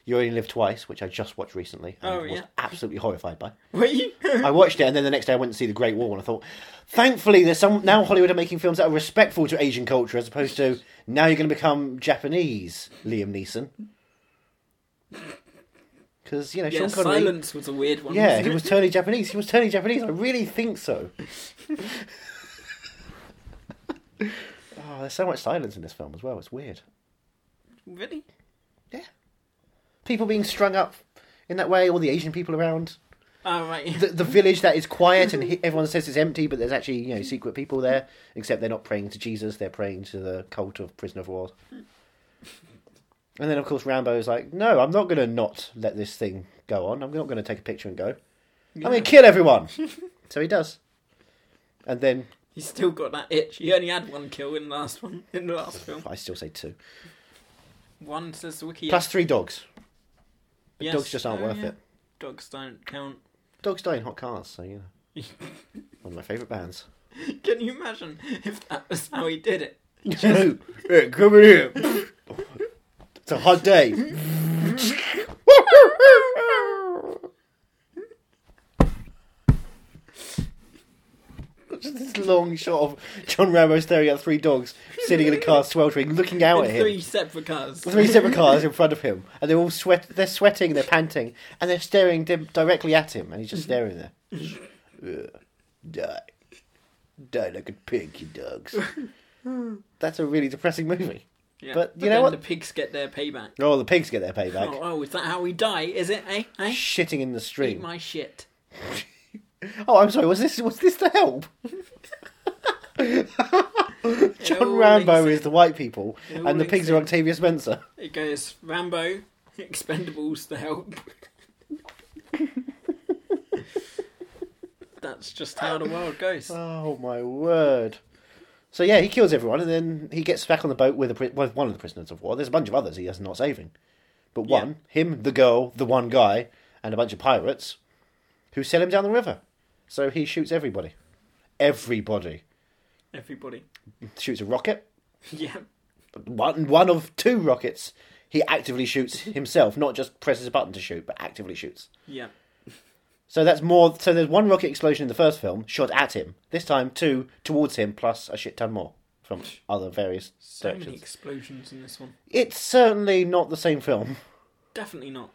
[SPEAKER 1] You Only Live Twice, which I just watched recently and
[SPEAKER 2] Oh,
[SPEAKER 1] was
[SPEAKER 2] yeah.
[SPEAKER 1] absolutely horrified by.
[SPEAKER 2] Were you?
[SPEAKER 1] I watched it, and then the next day I went to see The Great Wall, and I thought, thankfully, there's some now Hollywood are making films that are respectful to Asian culture, as opposed to now you're going to become Japanese, Liam Neeson. Because you know,
[SPEAKER 2] yeah,
[SPEAKER 1] Sean Connery.
[SPEAKER 2] silence was a weird one.
[SPEAKER 1] Yeah,
[SPEAKER 2] wasn't
[SPEAKER 1] he was turning Japanese. He was turning Japanese. I really think so. oh, there's so much silence in this film as well. It's weird.
[SPEAKER 2] really.
[SPEAKER 1] Yeah, people being strung up in that way. All the Asian people around.
[SPEAKER 2] Oh right.
[SPEAKER 1] the, the village that is quiet
[SPEAKER 2] Mm-hmm.
[SPEAKER 1] and he- everyone says it's empty, but there's actually you know secret people there. Except they're not praying to Jesus; they're praying to the cult of prisoner of war. And then of course Rambo is like, "No, I'm not going to not let this thing go on. I'm not going to take a picture and go. I'm going to kill
[SPEAKER 2] [LAUGHS]
[SPEAKER 1] everyone." so he does, and then
[SPEAKER 2] He's still got that itch. He only had one kill in the last one in the last film.
[SPEAKER 1] I still say two
[SPEAKER 2] One says the wiki.
[SPEAKER 1] plus three dogs. But
[SPEAKER 2] Yes.
[SPEAKER 1] dogs just aren't
[SPEAKER 2] Oh,
[SPEAKER 1] worth
[SPEAKER 2] yeah.
[SPEAKER 1] it.
[SPEAKER 2] Dogs don't count. [LAUGHS]
[SPEAKER 1] Dogs die in hot cars, so you know. One of my favourite bands.
[SPEAKER 2] Can you imagine if that was how he did it?
[SPEAKER 1] [LAUGHS] Hey, come in here. It's a hot day. Just this long shot of John Rambo staring at three dogs sitting in a car, sweltering, looking out at
[SPEAKER 2] in
[SPEAKER 1] him.
[SPEAKER 2] three separate cars.
[SPEAKER 1] Three separate cars in front of him, and they're all sweat. They're sweating, they're panting, and they're staring dim- directly at him, and he's just staring there.
[SPEAKER 2] [LAUGHS]
[SPEAKER 1] Ugh. die, die like a pig, you dogs. That's a really depressing movie.
[SPEAKER 2] Yeah.
[SPEAKER 1] But you know
[SPEAKER 2] then
[SPEAKER 1] what?
[SPEAKER 2] The pigs get their payback.
[SPEAKER 1] Oh, the pigs get their payback.
[SPEAKER 2] Oh, oh, is that how we die? Is it? Eh? Eh?
[SPEAKER 1] Shitting in the
[SPEAKER 2] Eat
[SPEAKER 1] stream.
[SPEAKER 2] my shit.
[SPEAKER 1] Oh, I'm sorry. Was this was this the help? John Rambo is the white people,
[SPEAKER 2] It all
[SPEAKER 1] and the
[SPEAKER 2] makes
[SPEAKER 1] pigs are Octavia Spencer.
[SPEAKER 2] It goes Rambo, [LAUGHS] Expendables,
[SPEAKER 1] [LAUGHS]
[SPEAKER 2] The Help. That's just how the world goes.
[SPEAKER 1] Oh my word! So yeah, he kills everyone, and then he gets back on the boat with, a, pri- with one of the prisoners of war. There's a bunch of others he has not saving, but
[SPEAKER 2] Yeah.
[SPEAKER 1] one him, the girl, the one guy, and a bunch of pirates who sell him down the river. So he shoots everybody. Everybody
[SPEAKER 2] Everybody. [LAUGHS]
[SPEAKER 1] shoots a rocket.
[SPEAKER 2] Yeah.
[SPEAKER 1] One one of two rockets. He actively shoots himself, not just presses a button to shoot, but actively shoots.
[SPEAKER 2] Yeah.
[SPEAKER 1] So that's more. So there's one rocket explosion in the first film, shot at him. This time, two towards him, plus a shit ton more from other various
[SPEAKER 2] So many
[SPEAKER 1] directions.
[SPEAKER 2] explosions in this one.
[SPEAKER 1] It's certainly not the same film.
[SPEAKER 2] Definitely not.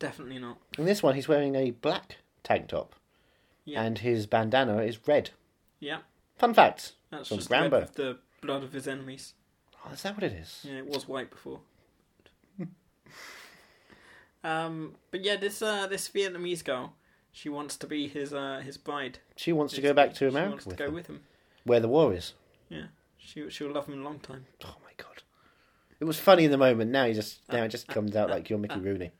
[SPEAKER 2] Definitely not.
[SPEAKER 1] In this one, he's wearing a black tank top,
[SPEAKER 2] Yeah.
[SPEAKER 1] and his bandana is red.
[SPEAKER 2] Yeah.
[SPEAKER 1] Fun fact.
[SPEAKER 2] That's
[SPEAKER 1] from
[SPEAKER 2] just the
[SPEAKER 1] Rambo.
[SPEAKER 2] red of the blood of his enemies.
[SPEAKER 1] Oh, is that what it is?
[SPEAKER 2] Yeah, it was white before. [LAUGHS] um, but yeah, this uh, this Vietnamese girl, she wants to be his uh, his bride.
[SPEAKER 1] She wants to go back to
[SPEAKER 2] She
[SPEAKER 1] America
[SPEAKER 2] wants to
[SPEAKER 1] with
[SPEAKER 2] go
[SPEAKER 1] them,
[SPEAKER 2] with him.
[SPEAKER 1] where the war is.
[SPEAKER 2] Yeah, she she'll love him a long time.
[SPEAKER 1] Oh my god! It was funny in the moment. Now you just now it just comes out like you're Mickey
[SPEAKER 2] [LAUGHS]
[SPEAKER 1] Rooney.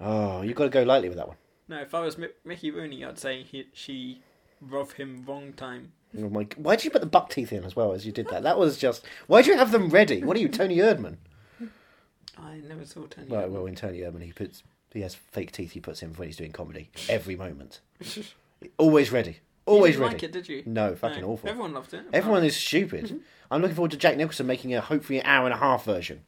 [SPEAKER 1] Oh, you've got to go lightly with that one.
[SPEAKER 2] No, if I was Mi- Mickey Rooney, I'd say he, she rov him wrong time.
[SPEAKER 1] Oh my! Why did you put the buck teeth in as well as you did that? That was just. Why do you have them ready? What are you, Tony Erdman?
[SPEAKER 2] I never saw Tony.
[SPEAKER 1] Well, well, in Tony Erdman, he puts he has fake teeth. He puts in when he's doing comedy every
[SPEAKER 2] [LAUGHS]
[SPEAKER 1] moment. Always ready. Always
[SPEAKER 2] you didn't
[SPEAKER 1] ready.
[SPEAKER 2] like it, did you? Mm-hmm.
[SPEAKER 1] No, fucking awful.
[SPEAKER 2] Everyone loved it.
[SPEAKER 1] Everyone is stupid. I'm looking forward to Jack Nicholson making a hopefully an hour and a half version.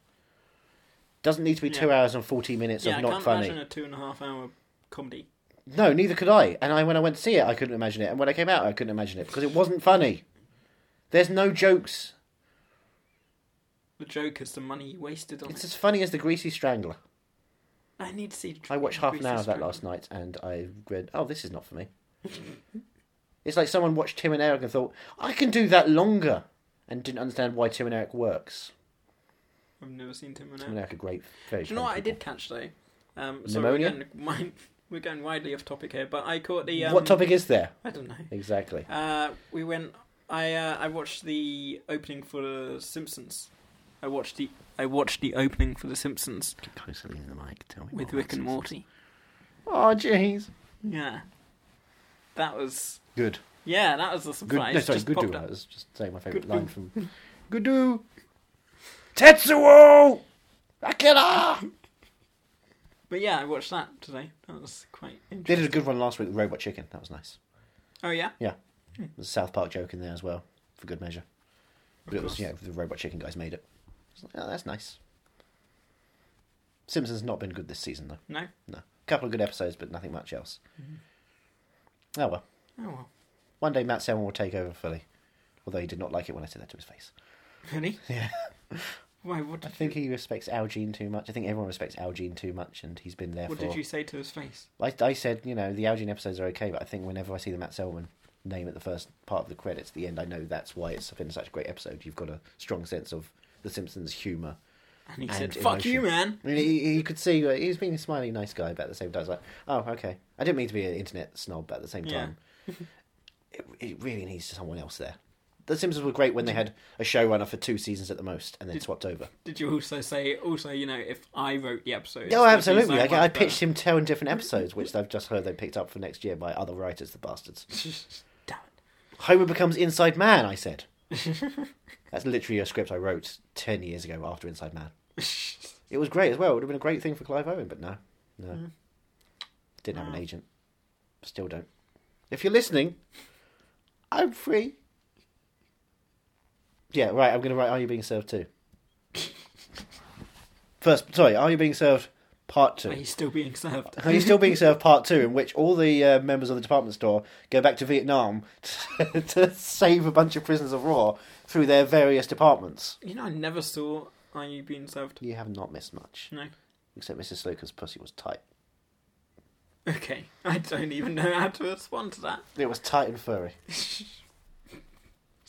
[SPEAKER 1] Doesn't need to be two
[SPEAKER 2] Yeah.
[SPEAKER 1] hours and forty minutes
[SPEAKER 2] yeah,
[SPEAKER 1] of
[SPEAKER 2] I
[SPEAKER 1] not
[SPEAKER 2] can't
[SPEAKER 1] funny.
[SPEAKER 2] imagine a two and a half hour comedy.
[SPEAKER 1] No, neither could I. And I, when I went to see it, I couldn't imagine it. And when I came out, I couldn't imagine it because it wasn't funny. There's no jokes.
[SPEAKER 2] The joke is the money you wasted on
[SPEAKER 1] It's
[SPEAKER 2] it.
[SPEAKER 1] as funny as the Greasy Strangler.
[SPEAKER 2] I need to see.
[SPEAKER 1] I watched half an hour of that
[SPEAKER 2] Grease
[SPEAKER 1] last night, and I read, "Oh, this is not for me." [LAUGHS] it's like someone watched Tim and Eric and thought, "I can do that longer," and didn't understand why Tim and Eric works.
[SPEAKER 2] I've never seen Tim and
[SPEAKER 1] Tim and Eric are great. Very
[SPEAKER 2] Do you know what I
[SPEAKER 1] funny
[SPEAKER 2] did catch though? Um, so we're
[SPEAKER 1] Pneumonia?
[SPEAKER 2] going, [LAUGHS] mine- we're going widely off topic here, but I caught the.
[SPEAKER 1] people.
[SPEAKER 2] Um,
[SPEAKER 1] what topic is there
[SPEAKER 2] I don't know.
[SPEAKER 1] exactly?
[SPEAKER 2] Uh, we went. I uh, I watched the opening for The Simpsons. I watched the I watched the opening for The Simpsons
[SPEAKER 1] Closer lean the mic. Tell me
[SPEAKER 2] with
[SPEAKER 1] more
[SPEAKER 2] Rick and
[SPEAKER 1] nonsense.
[SPEAKER 2] Morty.
[SPEAKER 1] Oh, jeez.
[SPEAKER 2] Yeah, that was
[SPEAKER 1] Good.
[SPEAKER 2] Yeah, that was a
[SPEAKER 1] Good,
[SPEAKER 2] surprise.
[SPEAKER 1] no, sorry,
[SPEAKER 2] Just popped
[SPEAKER 1] Gudu.
[SPEAKER 2] up.
[SPEAKER 1] I was just saying my favourite
[SPEAKER 2] Gudu.
[SPEAKER 1] line from Gudu. Tetsuo!
[SPEAKER 2] [LAUGHS]
[SPEAKER 1] Akira!
[SPEAKER 2] But yeah, I watched that today. That was quite
[SPEAKER 1] They
[SPEAKER 2] interesting.
[SPEAKER 1] did a good one last week with Robot Chicken. That was nice.
[SPEAKER 2] Oh yeah,
[SPEAKER 1] Yeah. There's a South Park joke in there as well, for good measure. But it was, yeah, the Robot Chicken guys made it. It's like, oh, that's nice. Simpsons not been good this season, though.
[SPEAKER 2] no.
[SPEAKER 1] No. A couple of good episodes, but nothing much else. Oh, well.
[SPEAKER 2] Oh well,
[SPEAKER 1] One day Matt Selman will take over fully. Although he did not like it when I said that to his face. [LAUGHS]
[SPEAKER 2] really? Yeah. Why? What did,
[SPEAKER 1] I think he respects Algene too much. I think everyone respects Algene too much, and he's been there
[SPEAKER 2] what
[SPEAKER 1] for.
[SPEAKER 2] did you say to his face?
[SPEAKER 1] I, I said, you know, the Algene episodes are okay, but I think whenever I see the Matt Selman name at the first part of the credits, at the end, I know that's why it's been such a great episode. You've got a strong sense of The Simpsons humour.
[SPEAKER 2] And he
[SPEAKER 1] and
[SPEAKER 2] said, "Fuck you, man."
[SPEAKER 1] emotion." I mean, he, he could see uh, he's being a smiley, nice guy, but at the same time, it's like, oh, okay. I didn't mean to be an internet snob, but at the same
[SPEAKER 2] Yeah. [LAUGHS]
[SPEAKER 1] time, it, it really needs someone else there. The Simpsons were great when they had a showrunner for two seasons at the most, and then swapped over.
[SPEAKER 2] Did you also say also you know if I wrote the episode?
[SPEAKER 1] Oh, absolutely. I, I pitched him 10 different episodes, which I've just heard they picked up for next year by other writers, the bastards.
[SPEAKER 2] Damn
[SPEAKER 1] Homer becomes Inside Man, I said. That's literally a script I wrote 10 years ago after Inside Man.
[SPEAKER 2] it.
[SPEAKER 1] It was great as well. It would have been a great thing for Clive Owen, but no. No. Didn't have an agent. Still don't. If you're listening, I'm free. Yeah, right. I'm going to write Are You Being Served too. First, sorry, Are You Being Served Part 2.
[SPEAKER 2] Are you still being served?
[SPEAKER 1] Are you still being served part two, in which all the uh, members of the department store go back to Vietnam [LAUGHS] to, to save a bunch of prisoners of war through their various departments?
[SPEAKER 2] [LAUGHS] You know, I never saw Are You Being Served?
[SPEAKER 1] You have not missed much,
[SPEAKER 2] No.
[SPEAKER 1] except Mrs. Slocum's pussy was tight.
[SPEAKER 2] Okay. I don't even know how to respond to that.
[SPEAKER 1] It was tight and furry. It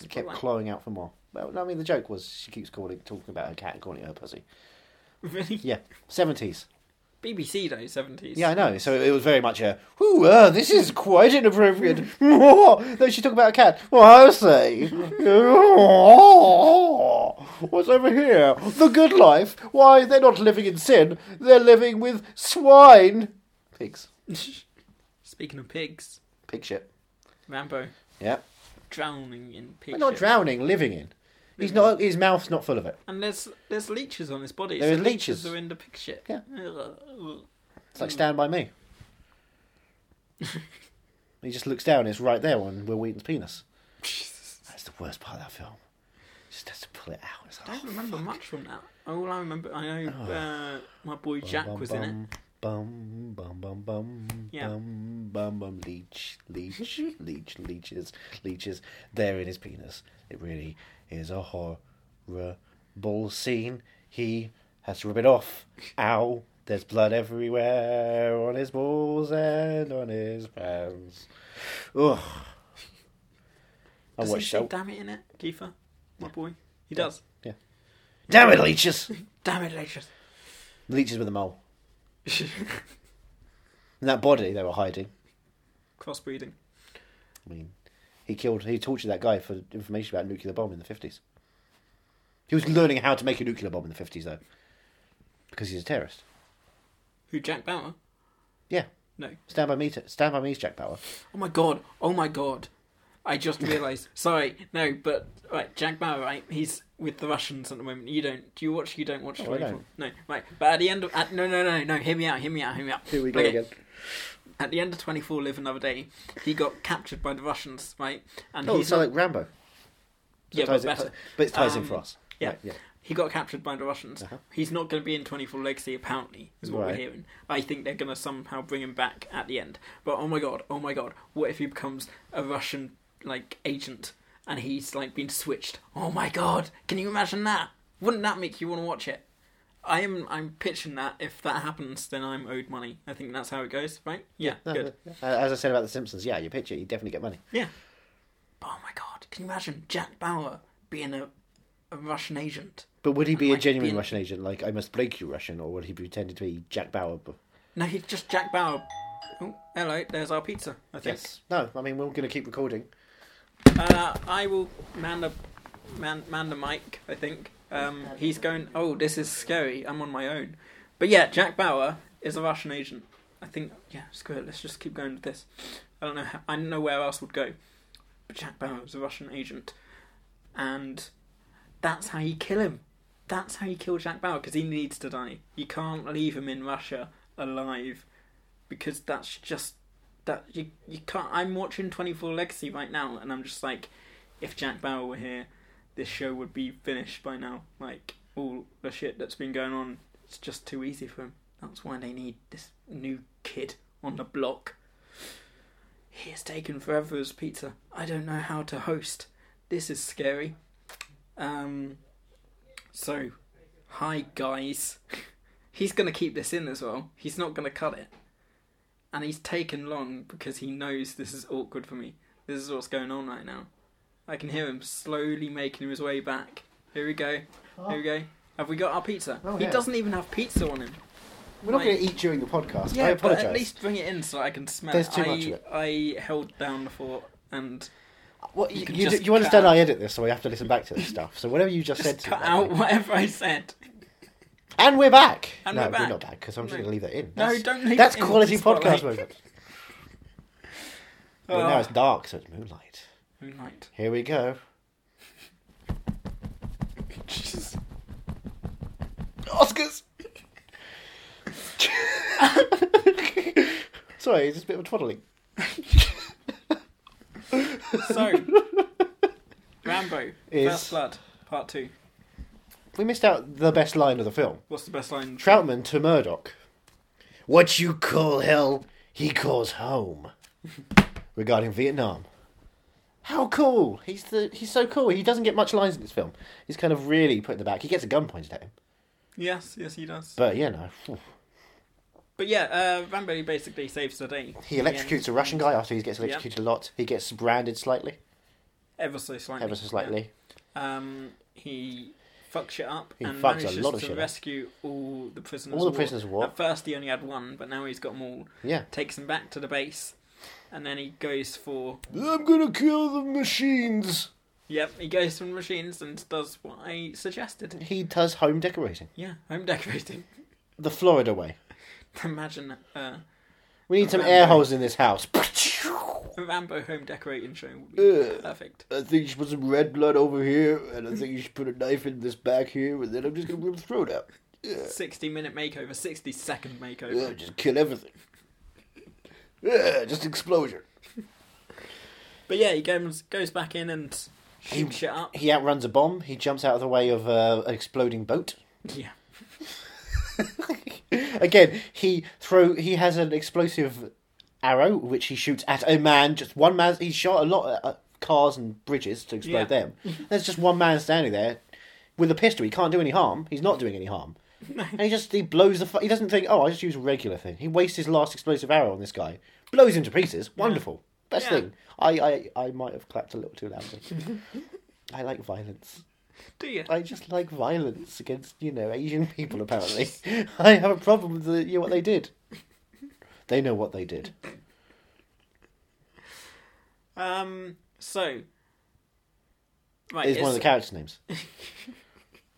[SPEAKER 1] kept
[SPEAKER 2] Right.
[SPEAKER 1] clawing out for more. Well, no, I mean, the joke was she keeps calling, talking about her cat and calling it her pussy.
[SPEAKER 2] Really?
[SPEAKER 1] Yeah, seventies.
[SPEAKER 2] BBC though, seventies.
[SPEAKER 1] Yeah, I know. So it was very much a, "Ooh, uh, this is quite inappropriate." [LAUGHS] Though she talked about a cat. Well, I say, [LAUGHS] what's over here? The good life. Why they're not living in sin. They're living with swine, pigs,
[SPEAKER 2] [LAUGHS] Speaking of pigs,
[SPEAKER 1] pig shit.
[SPEAKER 2] Rambo
[SPEAKER 1] Yeah,
[SPEAKER 2] drowning in pig
[SPEAKER 1] they're not
[SPEAKER 2] shit.
[SPEAKER 1] drowning, living in. He's not. His mouth's not full of it.
[SPEAKER 2] and there's there's leeches on his body.
[SPEAKER 1] There
[SPEAKER 2] so
[SPEAKER 1] is leeches.
[SPEAKER 2] are in the pig shit.
[SPEAKER 1] Yeah.
[SPEAKER 2] Ugh.
[SPEAKER 1] It's like Stand by Me. he just looks down. It's right there on Will Wheaton's penis.
[SPEAKER 2] [LAUGHS] Jesus.
[SPEAKER 1] That's the worst part of that film. Just has to pull it out. It's like,
[SPEAKER 2] I don't remember much from that. All I remember, I know uh, my boy Jack
[SPEAKER 1] Oh. Bum,
[SPEAKER 2] was
[SPEAKER 1] bum,
[SPEAKER 2] in it.
[SPEAKER 1] Bum bum bum bum
[SPEAKER 2] Yeah.
[SPEAKER 1] bum bum bum leech leech leech leeches leeches there in his penis. It really is a horrible scene. He has to rub it off. Ow! There's blood everywhere on his balls and on his pants. Ugh. I
[SPEAKER 2] Does he
[SPEAKER 1] watched
[SPEAKER 2] say
[SPEAKER 1] that.
[SPEAKER 2] "Damn it" in it, Kiefer? My boy, he does.
[SPEAKER 1] Damn it, leeches!
[SPEAKER 2] Damn it, leeches.
[SPEAKER 1] leeches with a
[SPEAKER 2] [LAUGHS]
[SPEAKER 1] mole. And that body they were hiding.
[SPEAKER 2] Crossbreeding.
[SPEAKER 1] I mean, he killed, he tortured that guy for information about a nuclear bomb in the 50s. He was learning how to make a nuclear bomb in the 50s, though, because he's a terrorist.
[SPEAKER 2] Who Jack Bauer?
[SPEAKER 1] Yeah.
[SPEAKER 2] No.
[SPEAKER 1] Stand by me, t- stand by me's Jack Bauer.
[SPEAKER 2] Oh my god. Oh my god. I just realised. [LAUGHS] Sorry, no, but right, Jack Bauer, right? He's with the Russians at the moment. You don't. Do you watch? You don't watch.
[SPEAKER 1] Oh, I
[SPEAKER 2] the Russians?
[SPEAKER 1] don't.
[SPEAKER 2] No, right. But at the end of at, no, no, no, no. Hear me out. Hear me out. Hear me out.
[SPEAKER 1] Here we go
[SPEAKER 2] Okay.
[SPEAKER 1] again.
[SPEAKER 2] At the end of Twenty Four, Live Another Day, he got captured by the Russians, right? And
[SPEAKER 1] Oh,
[SPEAKER 2] he's
[SPEAKER 1] so
[SPEAKER 2] not-
[SPEAKER 1] like Rambo.
[SPEAKER 2] yeah,
[SPEAKER 1] ties
[SPEAKER 2] but
[SPEAKER 1] in-
[SPEAKER 2] better.
[SPEAKER 1] but it ties in
[SPEAKER 2] Um,
[SPEAKER 1] for us.
[SPEAKER 2] Yeah.
[SPEAKER 1] Right, yeah. Uh-huh.
[SPEAKER 2] He got captured by the Russians. He's not going to be in 24 Legacy, apparently, is what we're
[SPEAKER 1] Right.
[SPEAKER 2] hearing. I think they're going to somehow bring him back at the end. But oh my god, oh my god, what if he becomes a Russian, like, agent and he's, like, been switched? Oh my god, can you imagine that? Wouldn't that make you want to watch it? I am, I'm pitching that. If that happens, then I'm owed money. I think that's how it goes, right? Yeah,
[SPEAKER 1] No,
[SPEAKER 2] good.
[SPEAKER 1] no, no. Uh, As I said about The Simpsons, yeah, you pitch it, you definitely get money.
[SPEAKER 2] Yeah. But oh my god, can you imagine Jack Bauer being a, a Russian agent?
[SPEAKER 1] But would he be a
[SPEAKER 2] Like
[SPEAKER 1] genuine
[SPEAKER 2] being-
[SPEAKER 1] Russian agent, like I must break you Russian, or would he pretend to be Jack Bauer? b-
[SPEAKER 2] No, he's just Jack Bauer. Oh, hello, there's our pizza, I think.
[SPEAKER 1] Yes. No, I mean, we're going to keep recording.
[SPEAKER 2] Uh, I will man the, man, man the mic, I think. Um, he's going, oh, this is scary, I'm on my own. But yeah, Jack Bauer is a Russian agent. I think, yeah, screw it, let's just keep going with this. I don't know, how, I don't know where else would go. but Jack Bauer was a Russian agent, and that's how you kill him. That's how you kill Jack Bauer because he needs to die. You can't leave him in Russia alive because that's just that you you can't. I'm watching Twenty Four Legacy right now, and I'm just like, if Jack Bauer were here, this show would be finished by now. Like all the shit that's been going on, it's just too easy for him. That's why they need this new kid on the block. He has taken forever as pizza. I don't know how to host. This is scary. Um, so, hi guys. [LAUGHS] He's gonna keep this in as well. He's not gonna cut it. And he's taken long because he knows this is awkward for me. This is what's going on right now. I can hear him slowly making his way back. Here we go. Here we go. Have we got our pizza?
[SPEAKER 1] Oh,
[SPEAKER 2] he
[SPEAKER 1] yeah.
[SPEAKER 2] doesn't even have pizza on him.
[SPEAKER 1] We're not
[SPEAKER 2] Like-
[SPEAKER 1] going to eat during the podcast. I
[SPEAKER 2] Yeah, but
[SPEAKER 1] apologise.
[SPEAKER 2] at least bring it in so I can smell
[SPEAKER 1] There's
[SPEAKER 2] it.
[SPEAKER 1] too
[SPEAKER 2] I,
[SPEAKER 1] much of it.
[SPEAKER 2] I held down the fort and
[SPEAKER 1] Well, you,
[SPEAKER 2] can
[SPEAKER 1] you,
[SPEAKER 2] just
[SPEAKER 1] do- you understand
[SPEAKER 2] cut out-
[SPEAKER 1] I edit this, so we have to listen back to this stuff. So whatever you just, said
[SPEAKER 2] just
[SPEAKER 1] to
[SPEAKER 2] cut
[SPEAKER 1] me-
[SPEAKER 2] out [LAUGHS] whatever I said.
[SPEAKER 1] And we're back.
[SPEAKER 2] And
[SPEAKER 1] no,
[SPEAKER 2] we're back.
[SPEAKER 1] not back because I'm just
[SPEAKER 2] No.
[SPEAKER 1] going to leave that in.
[SPEAKER 2] No, don't leave
[SPEAKER 1] That's
[SPEAKER 2] it in.
[SPEAKER 1] quality
[SPEAKER 2] It's not
[SPEAKER 1] podcast
[SPEAKER 2] like- [LAUGHS]
[SPEAKER 1] moment. But
[SPEAKER 2] Oh.
[SPEAKER 1] now it's dark, so it's moonlight.
[SPEAKER 2] Moonlight.
[SPEAKER 1] Here we go.
[SPEAKER 2] Jesus.
[SPEAKER 1] Oscars. [LAUGHS] Sorry, it's just a bit of a twaddling.
[SPEAKER 2] So,
[SPEAKER 1] [LAUGHS]
[SPEAKER 2] Rambo,
[SPEAKER 1] Is-
[SPEAKER 2] First Blood, Part 2.
[SPEAKER 1] We missed out the best line of the film.
[SPEAKER 2] What's the best line?
[SPEAKER 1] Troutman to Murdoch. What you call hell, he calls home. [LAUGHS] Regarding Vietnam. How cool! He's the he's so cool. He doesn't get much lines in this film. He's kind of really put in the back. He gets a gun pointed at him.
[SPEAKER 2] Yes, yes, he does. But,
[SPEAKER 1] But yeah, no. phew.
[SPEAKER 2] yeah, uh, Rambo basically saves the day.
[SPEAKER 1] He electrocutes a Russian guy after he gets electrocuted a lot. He gets branded slightly,
[SPEAKER 2] Ever so slightly.
[SPEAKER 1] ever so slightly.
[SPEAKER 2] Yeah. Um, he fucks it up
[SPEAKER 1] He
[SPEAKER 2] and
[SPEAKER 1] fucks a
[SPEAKER 2] manages
[SPEAKER 1] lot of
[SPEAKER 2] to
[SPEAKER 1] shit up.
[SPEAKER 2] rescue all the prisoners.
[SPEAKER 1] All the
[SPEAKER 2] of war.
[SPEAKER 1] prisoners of war.
[SPEAKER 2] At first, he only had one, but now he's got them all.
[SPEAKER 1] Yeah.
[SPEAKER 2] Takes them back to the base, and then he goes for
[SPEAKER 1] I'm gonna kill the machines.
[SPEAKER 2] Yep, he goes to the machines and does what I suggested.
[SPEAKER 1] He does home decorating
[SPEAKER 2] Yeah, home decorating. [LAUGHS]
[SPEAKER 1] the Florida way.
[SPEAKER 2] Imagine uh,
[SPEAKER 1] We need some
[SPEAKER 2] Rambo.
[SPEAKER 1] air holes in this house. [LAUGHS]
[SPEAKER 2] a Rambo home decorating show would be
[SPEAKER 1] Ugh.
[SPEAKER 2] perfect.
[SPEAKER 1] I think you should put some red blood over here, and I think you should put a knife in this back here, and then I'm just gonna rip his throat out. Yeah,
[SPEAKER 2] 60 minute makeover, 60 second makeover.
[SPEAKER 1] yeah, just kill everything. Yeah, just explosion.
[SPEAKER 2] But yeah, he goes, goes back in and shoots shit up.
[SPEAKER 1] He outruns a bomb. He jumps out of the way of uh, an exploding boat.
[SPEAKER 2] Yeah. [LAUGHS]
[SPEAKER 1] [LAUGHS] Again, he throw. He has an explosive arrow which he shoots at a man. Just one man. He shot a lot at uh, cars and bridges to explode
[SPEAKER 2] Yeah.
[SPEAKER 1] them. There's just one man standing there with a pistol. He can't do any harm. He's not doing any harm. And he just he blows the. Fu- he doesn't think. Oh, I just use a regular thing. He wastes his last explosive arrow on this guy. Blows him to pieces. Wonderful. Best
[SPEAKER 2] Yeah.
[SPEAKER 1] thing. I, I I might have clapped a little too
[SPEAKER 2] [LAUGHS]
[SPEAKER 1] loudly. I like violence.
[SPEAKER 2] Do you?
[SPEAKER 1] I just like violence against, you know, Asian people, apparently. [LAUGHS] I have a problem with the, you know, what they did. They know what they did.
[SPEAKER 2] Um, so. Right,
[SPEAKER 1] Is one of the
[SPEAKER 2] it's-
[SPEAKER 1] characters'
[SPEAKER 2] [LAUGHS]
[SPEAKER 1] names.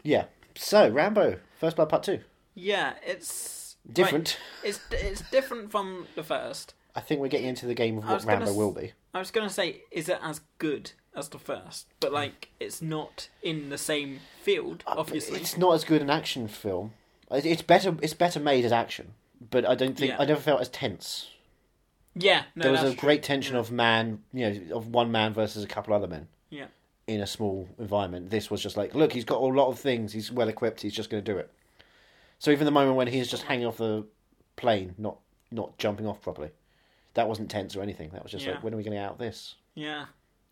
[SPEAKER 1] yeah. So, Rambo, First Blood Part 2.
[SPEAKER 2] Yeah, it's. right,
[SPEAKER 1] Different.
[SPEAKER 2] it's, it's different from the first.
[SPEAKER 1] I think we're getting into the game of
[SPEAKER 2] I
[SPEAKER 1] what
[SPEAKER 2] was gonna
[SPEAKER 1] Rambo
[SPEAKER 2] s-
[SPEAKER 1] will be.
[SPEAKER 2] I was gonna say, is it as good as the first? But
[SPEAKER 1] Hmm.
[SPEAKER 2] like, it's not in the same field, obviously.
[SPEAKER 1] Uh, It's not as good an action film. It- It's better It's better made as action. But I don't think,
[SPEAKER 2] Yeah.
[SPEAKER 1] I never felt as tense.
[SPEAKER 2] Yeah, no,
[SPEAKER 1] There was
[SPEAKER 2] that's
[SPEAKER 1] a
[SPEAKER 2] true.
[SPEAKER 1] great tension of man, you know, of one man versus a couple other men.
[SPEAKER 2] Yeah,
[SPEAKER 1] in a small environment. This was just like, look, he's got a lot of things. He's well equipped. He's just going to do it. So even the moment when he's just hanging off the plane, not not jumping off properly, that wasn't tense or anything. That was just
[SPEAKER 2] Yeah.
[SPEAKER 1] like, when are we going to get out of this?
[SPEAKER 2] yeah.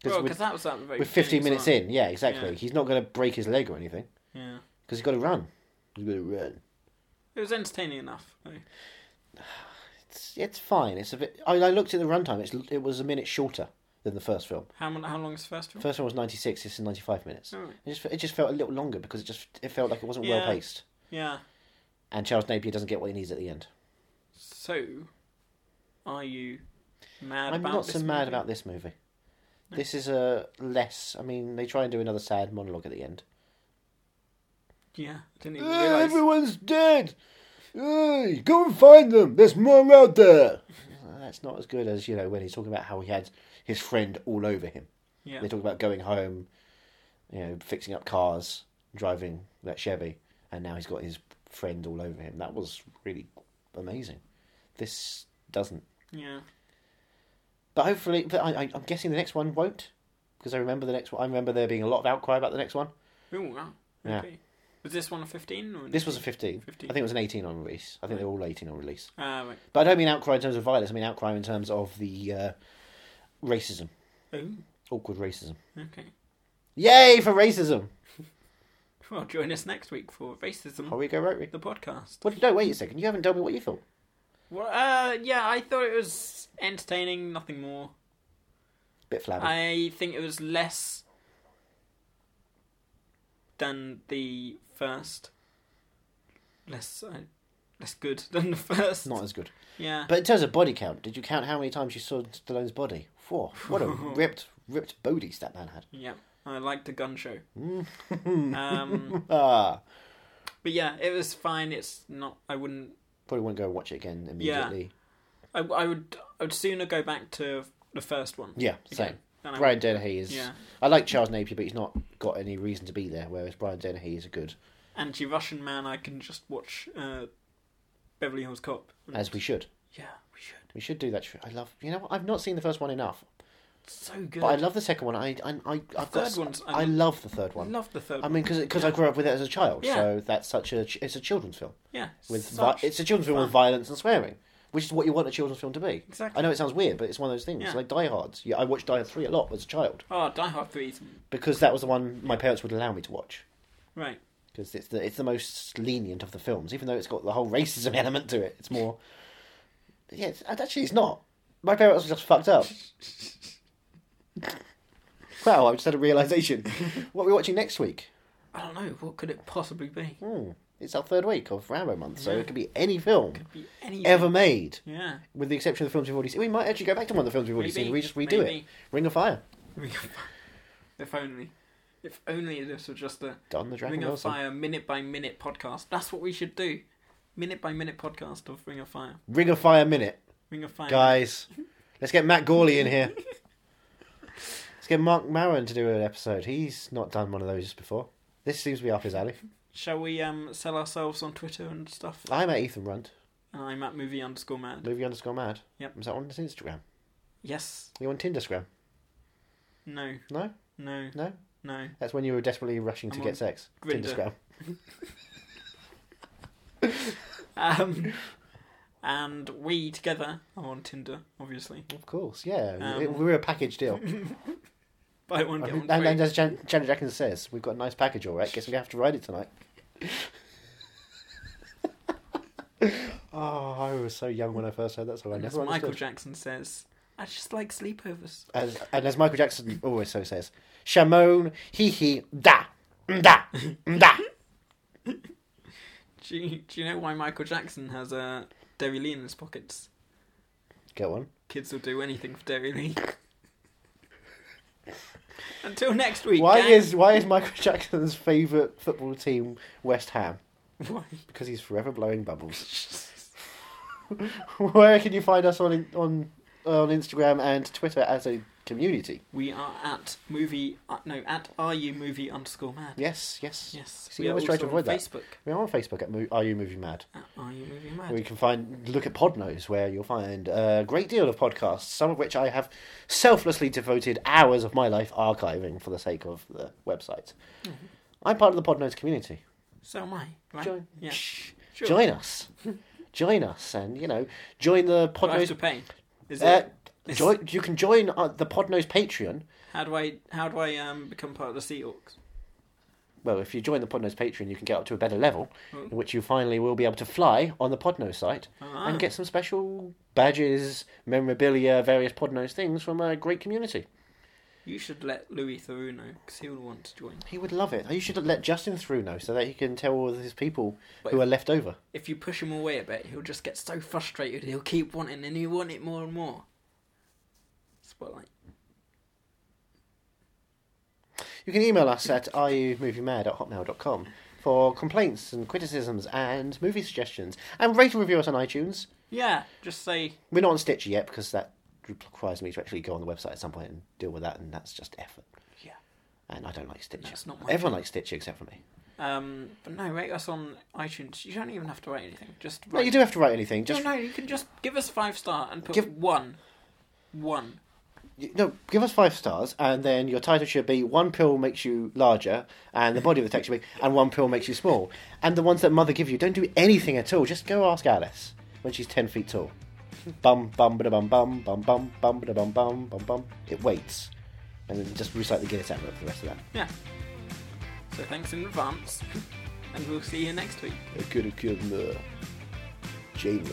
[SPEAKER 1] 'Cause
[SPEAKER 2] Well,
[SPEAKER 1] with-
[SPEAKER 2] because that was at the very
[SPEAKER 1] We're 15
[SPEAKER 2] beginning as
[SPEAKER 1] minutes in. Yeah, exactly.
[SPEAKER 2] Yeah.
[SPEAKER 1] He's not going to break his leg or anything
[SPEAKER 2] well. Yeah,
[SPEAKER 1] because he's got to run. He's got to run.
[SPEAKER 2] it was entertaining enough. though.
[SPEAKER 1] It's, it's fine. It's a bit. I, I looked at the runtime. It's it was a minute shorter than the first film.
[SPEAKER 2] How mon- how long is the first one?
[SPEAKER 1] First one was 96. This is 95 minutes.
[SPEAKER 2] Alright.
[SPEAKER 1] It just it just felt a little longer because it just it felt like it wasn't
[SPEAKER 2] Yeah.
[SPEAKER 1] well paced.
[SPEAKER 2] Yeah.
[SPEAKER 1] And Charles Napier doesn't get what he needs at the end.
[SPEAKER 2] So, are you mad?
[SPEAKER 1] I'm
[SPEAKER 2] about
[SPEAKER 1] not
[SPEAKER 2] this
[SPEAKER 1] so mad
[SPEAKER 2] movie?
[SPEAKER 1] about this movie. This is a less. I mean, they try and do another sad monologue at the end. Ah,
[SPEAKER 2] Yeah, I didn't even
[SPEAKER 1] Uh,
[SPEAKER 2] realize.
[SPEAKER 1] dead. go and find them. There's more
[SPEAKER 2] [LAUGHS]
[SPEAKER 1] out there. That's not as good as you know when he's talking about how he had his friend all over him.
[SPEAKER 2] Yeah.
[SPEAKER 1] They talk about going home, you know, fixing up cars, driving that Chevy, and now he's got his friend all over him. That was really amazing. This doesn't.
[SPEAKER 2] Yeah.
[SPEAKER 1] But hopefully, but I, I, I'm guessing the next one won't, because I remember the next one. I remember there being a lot of outcry about the next one.
[SPEAKER 2] Ooh, wow.
[SPEAKER 1] Yeah.
[SPEAKER 2] Okay. Was this one a 15? Or
[SPEAKER 1] This was a 15.
[SPEAKER 2] 15.
[SPEAKER 1] I think it was an 18 on release. I think they were all 18 on release.
[SPEAKER 2] Ah, right.
[SPEAKER 1] But I don't mean outcry in terms of violence. I mean outcry in terms of the uh, racism,
[SPEAKER 2] Oh,
[SPEAKER 1] awkward racism.
[SPEAKER 2] okay.
[SPEAKER 1] Yay for racism!
[SPEAKER 2] Well, join us next week for Racism,
[SPEAKER 1] Here we go, Rotary.
[SPEAKER 2] the podcast.
[SPEAKER 1] What? No, wait a second. You haven't told me what you thought.
[SPEAKER 2] Well, uh, yeah, I thought it was entertaining, nothing more.
[SPEAKER 1] Bit flabby.
[SPEAKER 2] I think it was less than the first. Less, uh, less good [LAUGHS] than the first.
[SPEAKER 1] Not as good.
[SPEAKER 2] yeah.
[SPEAKER 1] But in terms of body count, did you count how many times you saw Stallone's body? Four. What a ripped, ripped bodies that man had.
[SPEAKER 2] Yeah, I liked the
[SPEAKER 1] [LAUGHS]
[SPEAKER 2] gun show. um,
[SPEAKER 1] Ah,
[SPEAKER 2] but yeah, it was fine. It's not. I wouldn't.
[SPEAKER 1] probably won't go and watch it again immediately.
[SPEAKER 2] I, I would. I would sooner go back to the first one.
[SPEAKER 1] Yeah, same.
[SPEAKER 2] Again. And I-
[SPEAKER 1] Brian Dennehy is.
[SPEAKER 2] Yeah.
[SPEAKER 1] I like Charles Napier, but he's not got any reason to be there. Whereas Brian Dennehy is good,
[SPEAKER 2] anti-Russian man. I can just watch uh, Beverly Hills Cop.
[SPEAKER 1] as we should.
[SPEAKER 2] Yeah, we should.
[SPEAKER 1] We should do that. I love. You know, what? I've not seen the first one enough,
[SPEAKER 2] So good.
[SPEAKER 1] but I love the second one. I, I, I I've got.
[SPEAKER 2] third
[SPEAKER 1] s-
[SPEAKER 2] one's-
[SPEAKER 1] I love the third
[SPEAKER 2] I
[SPEAKER 1] one.
[SPEAKER 2] love the third.
[SPEAKER 1] I mean, because I grew up with it as a child,
[SPEAKER 2] Yeah.
[SPEAKER 1] so that's such a. ch- It's a children's film.
[SPEAKER 2] one. yeah,
[SPEAKER 1] with vi-
[SPEAKER 2] such-
[SPEAKER 1] it's a children's film with violence and swearing, which is what you want a children's film to be.
[SPEAKER 2] Exactly.
[SPEAKER 1] I know it sounds weird, but it's one of those things.
[SPEAKER 2] Yeah.
[SPEAKER 1] Like Die Hard's. Yeah, I watched Die Hard three a lot as a child
[SPEAKER 2] Oh, Die Hard 3's
[SPEAKER 1] because that was the one my parents would allow me to watch
[SPEAKER 2] right.
[SPEAKER 1] because it's the it's the most lenient of the films, even though it's got the whole racism [LAUGHS] element to it. It's more. Yeah, it's, actually, it's not. My parents were just fucked
[SPEAKER 2] [LAUGHS]
[SPEAKER 1] up. wow, I just had a realization. what are we watching next week?
[SPEAKER 2] I don't know what could it possibly be.
[SPEAKER 1] Hmm, it's our third week of Rambo month, so it could be any film
[SPEAKER 2] Be anything.
[SPEAKER 1] ever made.
[SPEAKER 2] Yeah.
[SPEAKER 1] with the exception of the films we've already seen. We might actually go back to one of the films we've already
[SPEAKER 2] Maybe,
[SPEAKER 1] seen. We just redo it.
[SPEAKER 2] maybe.
[SPEAKER 1] Ring of Fire.
[SPEAKER 2] [LAUGHS] if only. If only this was just a
[SPEAKER 1] Don the Dragon
[SPEAKER 2] Ring of
[SPEAKER 1] Wilson.
[SPEAKER 2] Fire minute by minute podcast. That's what we should do. Minute by minute podcast of Ring of Fire.
[SPEAKER 1] Ring of Fire minute,
[SPEAKER 2] Ring of Fire.
[SPEAKER 1] guys. Let's get Matt Gawley in here. Let's get Mark Maron to do an episode. He's not done one of those before. This seems to be up his alley.
[SPEAKER 2] Shall we um sell ourselves on Twitter and stuff?
[SPEAKER 1] I'm at Ethan Runt,
[SPEAKER 2] And I'm at movie underscore mad.
[SPEAKER 1] movie underscore mad.
[SPEAKER 2] Yep.
[SPEAKER 1] Is that on his Instagram?
[SPEAKER 2] Yes.
[SPEAKER 1] Are you on Tindergram?
[SPEAKER 2] No.
[SPEAKER 1] No?
[SPEAKER 2] No.
[SPEAKER 1] No?
[SPEAKER 2] No. [LAUGHS]
[SPEAKER 1] That's when you were desperately rushing to
[SPEAKER 2] I'm
[SPEAKER 1] get
[SPEAKER 2] on
[SPEAKER 1] sex.
[SPEAKER 2] Grindr.
[SPEAKER 1] Tindergram.
[SPEAKER 2] Um, and we together are on Tinder, obviously.
[SPEAKER 1] Of course, yeah.
[SPEAKER 2] Um,
[SPEAKER 1] It- we're a package
[SPEAKER 2] [LAUGHS]
[SPEAKER 1] deal.
[SPEAKER 2] Buy one, get one
[SPEAKER 1] and,
[SPEAKER 2] free.
[SPEAKER 1] and as Jan- Janet Jackson says, we've got a nice package, all right. Guess we have to ride it tonight. [LAUGHS] oh, I was so young when I first heard that, so I
[SPEAKER 2] As
[SPEAKER 1] never
[SPEAKER 2] Michael
[SPEAKER 1] understood.
[SPEAKER 2] Jackson says, I just like sleepovers.
[SPEAKER 1] As, and as Michael Jackson always so says, Shamon hee hee da da da.
[SPEAKER 2] Do you, do you know why Michael Jackson has uh, Dairy Lee in his pockets?
[SPEAKER 1] Go on.
[SPEAKER 2] Kids will do anything for Dairy Lee. [LAUGHS] Until next week.
[SPEAKER 1] Why
[SPEAKER 2] gang.
[SPEAKER 1] is why is Michael [LAUGHS] Jackson's favorite football team West Ham?
[SPEAKER 2] Why?
[SPEAKER 1] Because he's forever blowing bubbles. [LAUGHS] Where can you find us on on on Instagram and Twitter as a community?
[SPEAKER 2] we are at movie uh, no at are you movie underscore mad?
[SPEAKER 1] Yes, yes.
[SPEAKER 2] Yes.
[SPEAKER 1] See,
[SPEAKER 2] we
[SPEAKER 1] you
[SPEAKER 2] are
[SPEAKER 1] always try
[SPEAKER 2] also
[SPEAKER 1] to avoid
[SPEAKER 2] on
[SPEAKER 1] that.
[SPEAKER 2] Facebook.
[SPEAKER 1] We are on Facebook at Mo- Are You Movie Mad.
[SPEAKER 2] At are you movie mad?
[SPEAKER 1] Where you can find look at Podnos, where you'll find a great deal of podcasts, some of which I have selflessly devoted hours of my life archiving for the sake of the website. I'm part of the Podnos community.
[SPEAKER 2] So am I. Mm-hmm. Right?
[SPEAKER 1] Join,
[SPEAKER 2] Yeah.
[SPEAKER 1] Shh.
[SPEAKER 2] Sure.
[SPEAKER 1] join
[SPEAKER 2] [LAUGHS]
[SPEAKER 1] us, join us, and you know, join the
[SPEAKER 2] Do I have to
[SPEAKER 1] Podnos.
[SPEAKER 2] pay? Is
[SPEAKER 1] Uh,
[SPEAKER 2] it? is-
[SPEAKER 1] join, you can join uh, the Podnos Patreon.
[SPEAKER 2] How do I how do I um become part of the Seahawks?
[SPEAKER 1] Well, if you join the Podnos Patreon, you can get up to a better level, in which you finally will be able to fly on the Podnos site and get some special badges, memorabilia, various Podnos things from a great community.
[SPEAKER 2] You should let Louis Theroux know because he'll want to join.
[SPEAKER 1] He would love it. You should let Justin through now so that he can tell all of his people
[SPEAKER 2] But-
[SPEAKER 1] who are left over.
[SPEAKER 2] If you push him away a bit, he'll just get so frustrated. He'll keep wanting and he'll want it more and more. Spotlight.
[SPEAKER 1] You can email us at iumoviemad at hotmail.com for complaints and criticisms and movie suggestions and rate and review us on iTunes.
[SPEAKER 2] Yeah, just say
[SPEAKER 1] We're not on Stitcher yet because that requires me to actually go on the website at some point and deal with that, and that's just effort.
[SPEAKER 2] Yeah.
[SPEAKER 1] And I don't like Stitcher.
[SPEAKER 2] That's not my
[SPEAKER 1] Everyone likes Stitcher except for me.
[SPEAKER 2] Um, but no, rate us on iTunes. You don't even have to write anything. Just
[SPEAKER 1] No,
[SPEAKER 2] write.
[SPEAKER 1] you do have to write anything.
[SPEAKER 2] No,
[SPEAKER 1] Just
[SPEAKER 2] no, you can just give us five star and put
[SPEAKER 1] Give-
[SPEAKER 2] one, one.
[SPEAKER 1] you- no, give us five stars, and then your title should be "One pill makes you larger," and the body of the text should be "And one pill makes you small." And the ones that mother give you don't do anything at all. Just go ask Alice when she's ten feet tall. Bum bum ba bum bum bum bum bum ba bum bum bum bum. It waits, and then just recite the Guinness advert for the rest of that.
[SPEAKER 2] Yeah. So thanks in advance, and we'll see you next week.
[SPEAKER 1] I could have killed Mur. J Mur.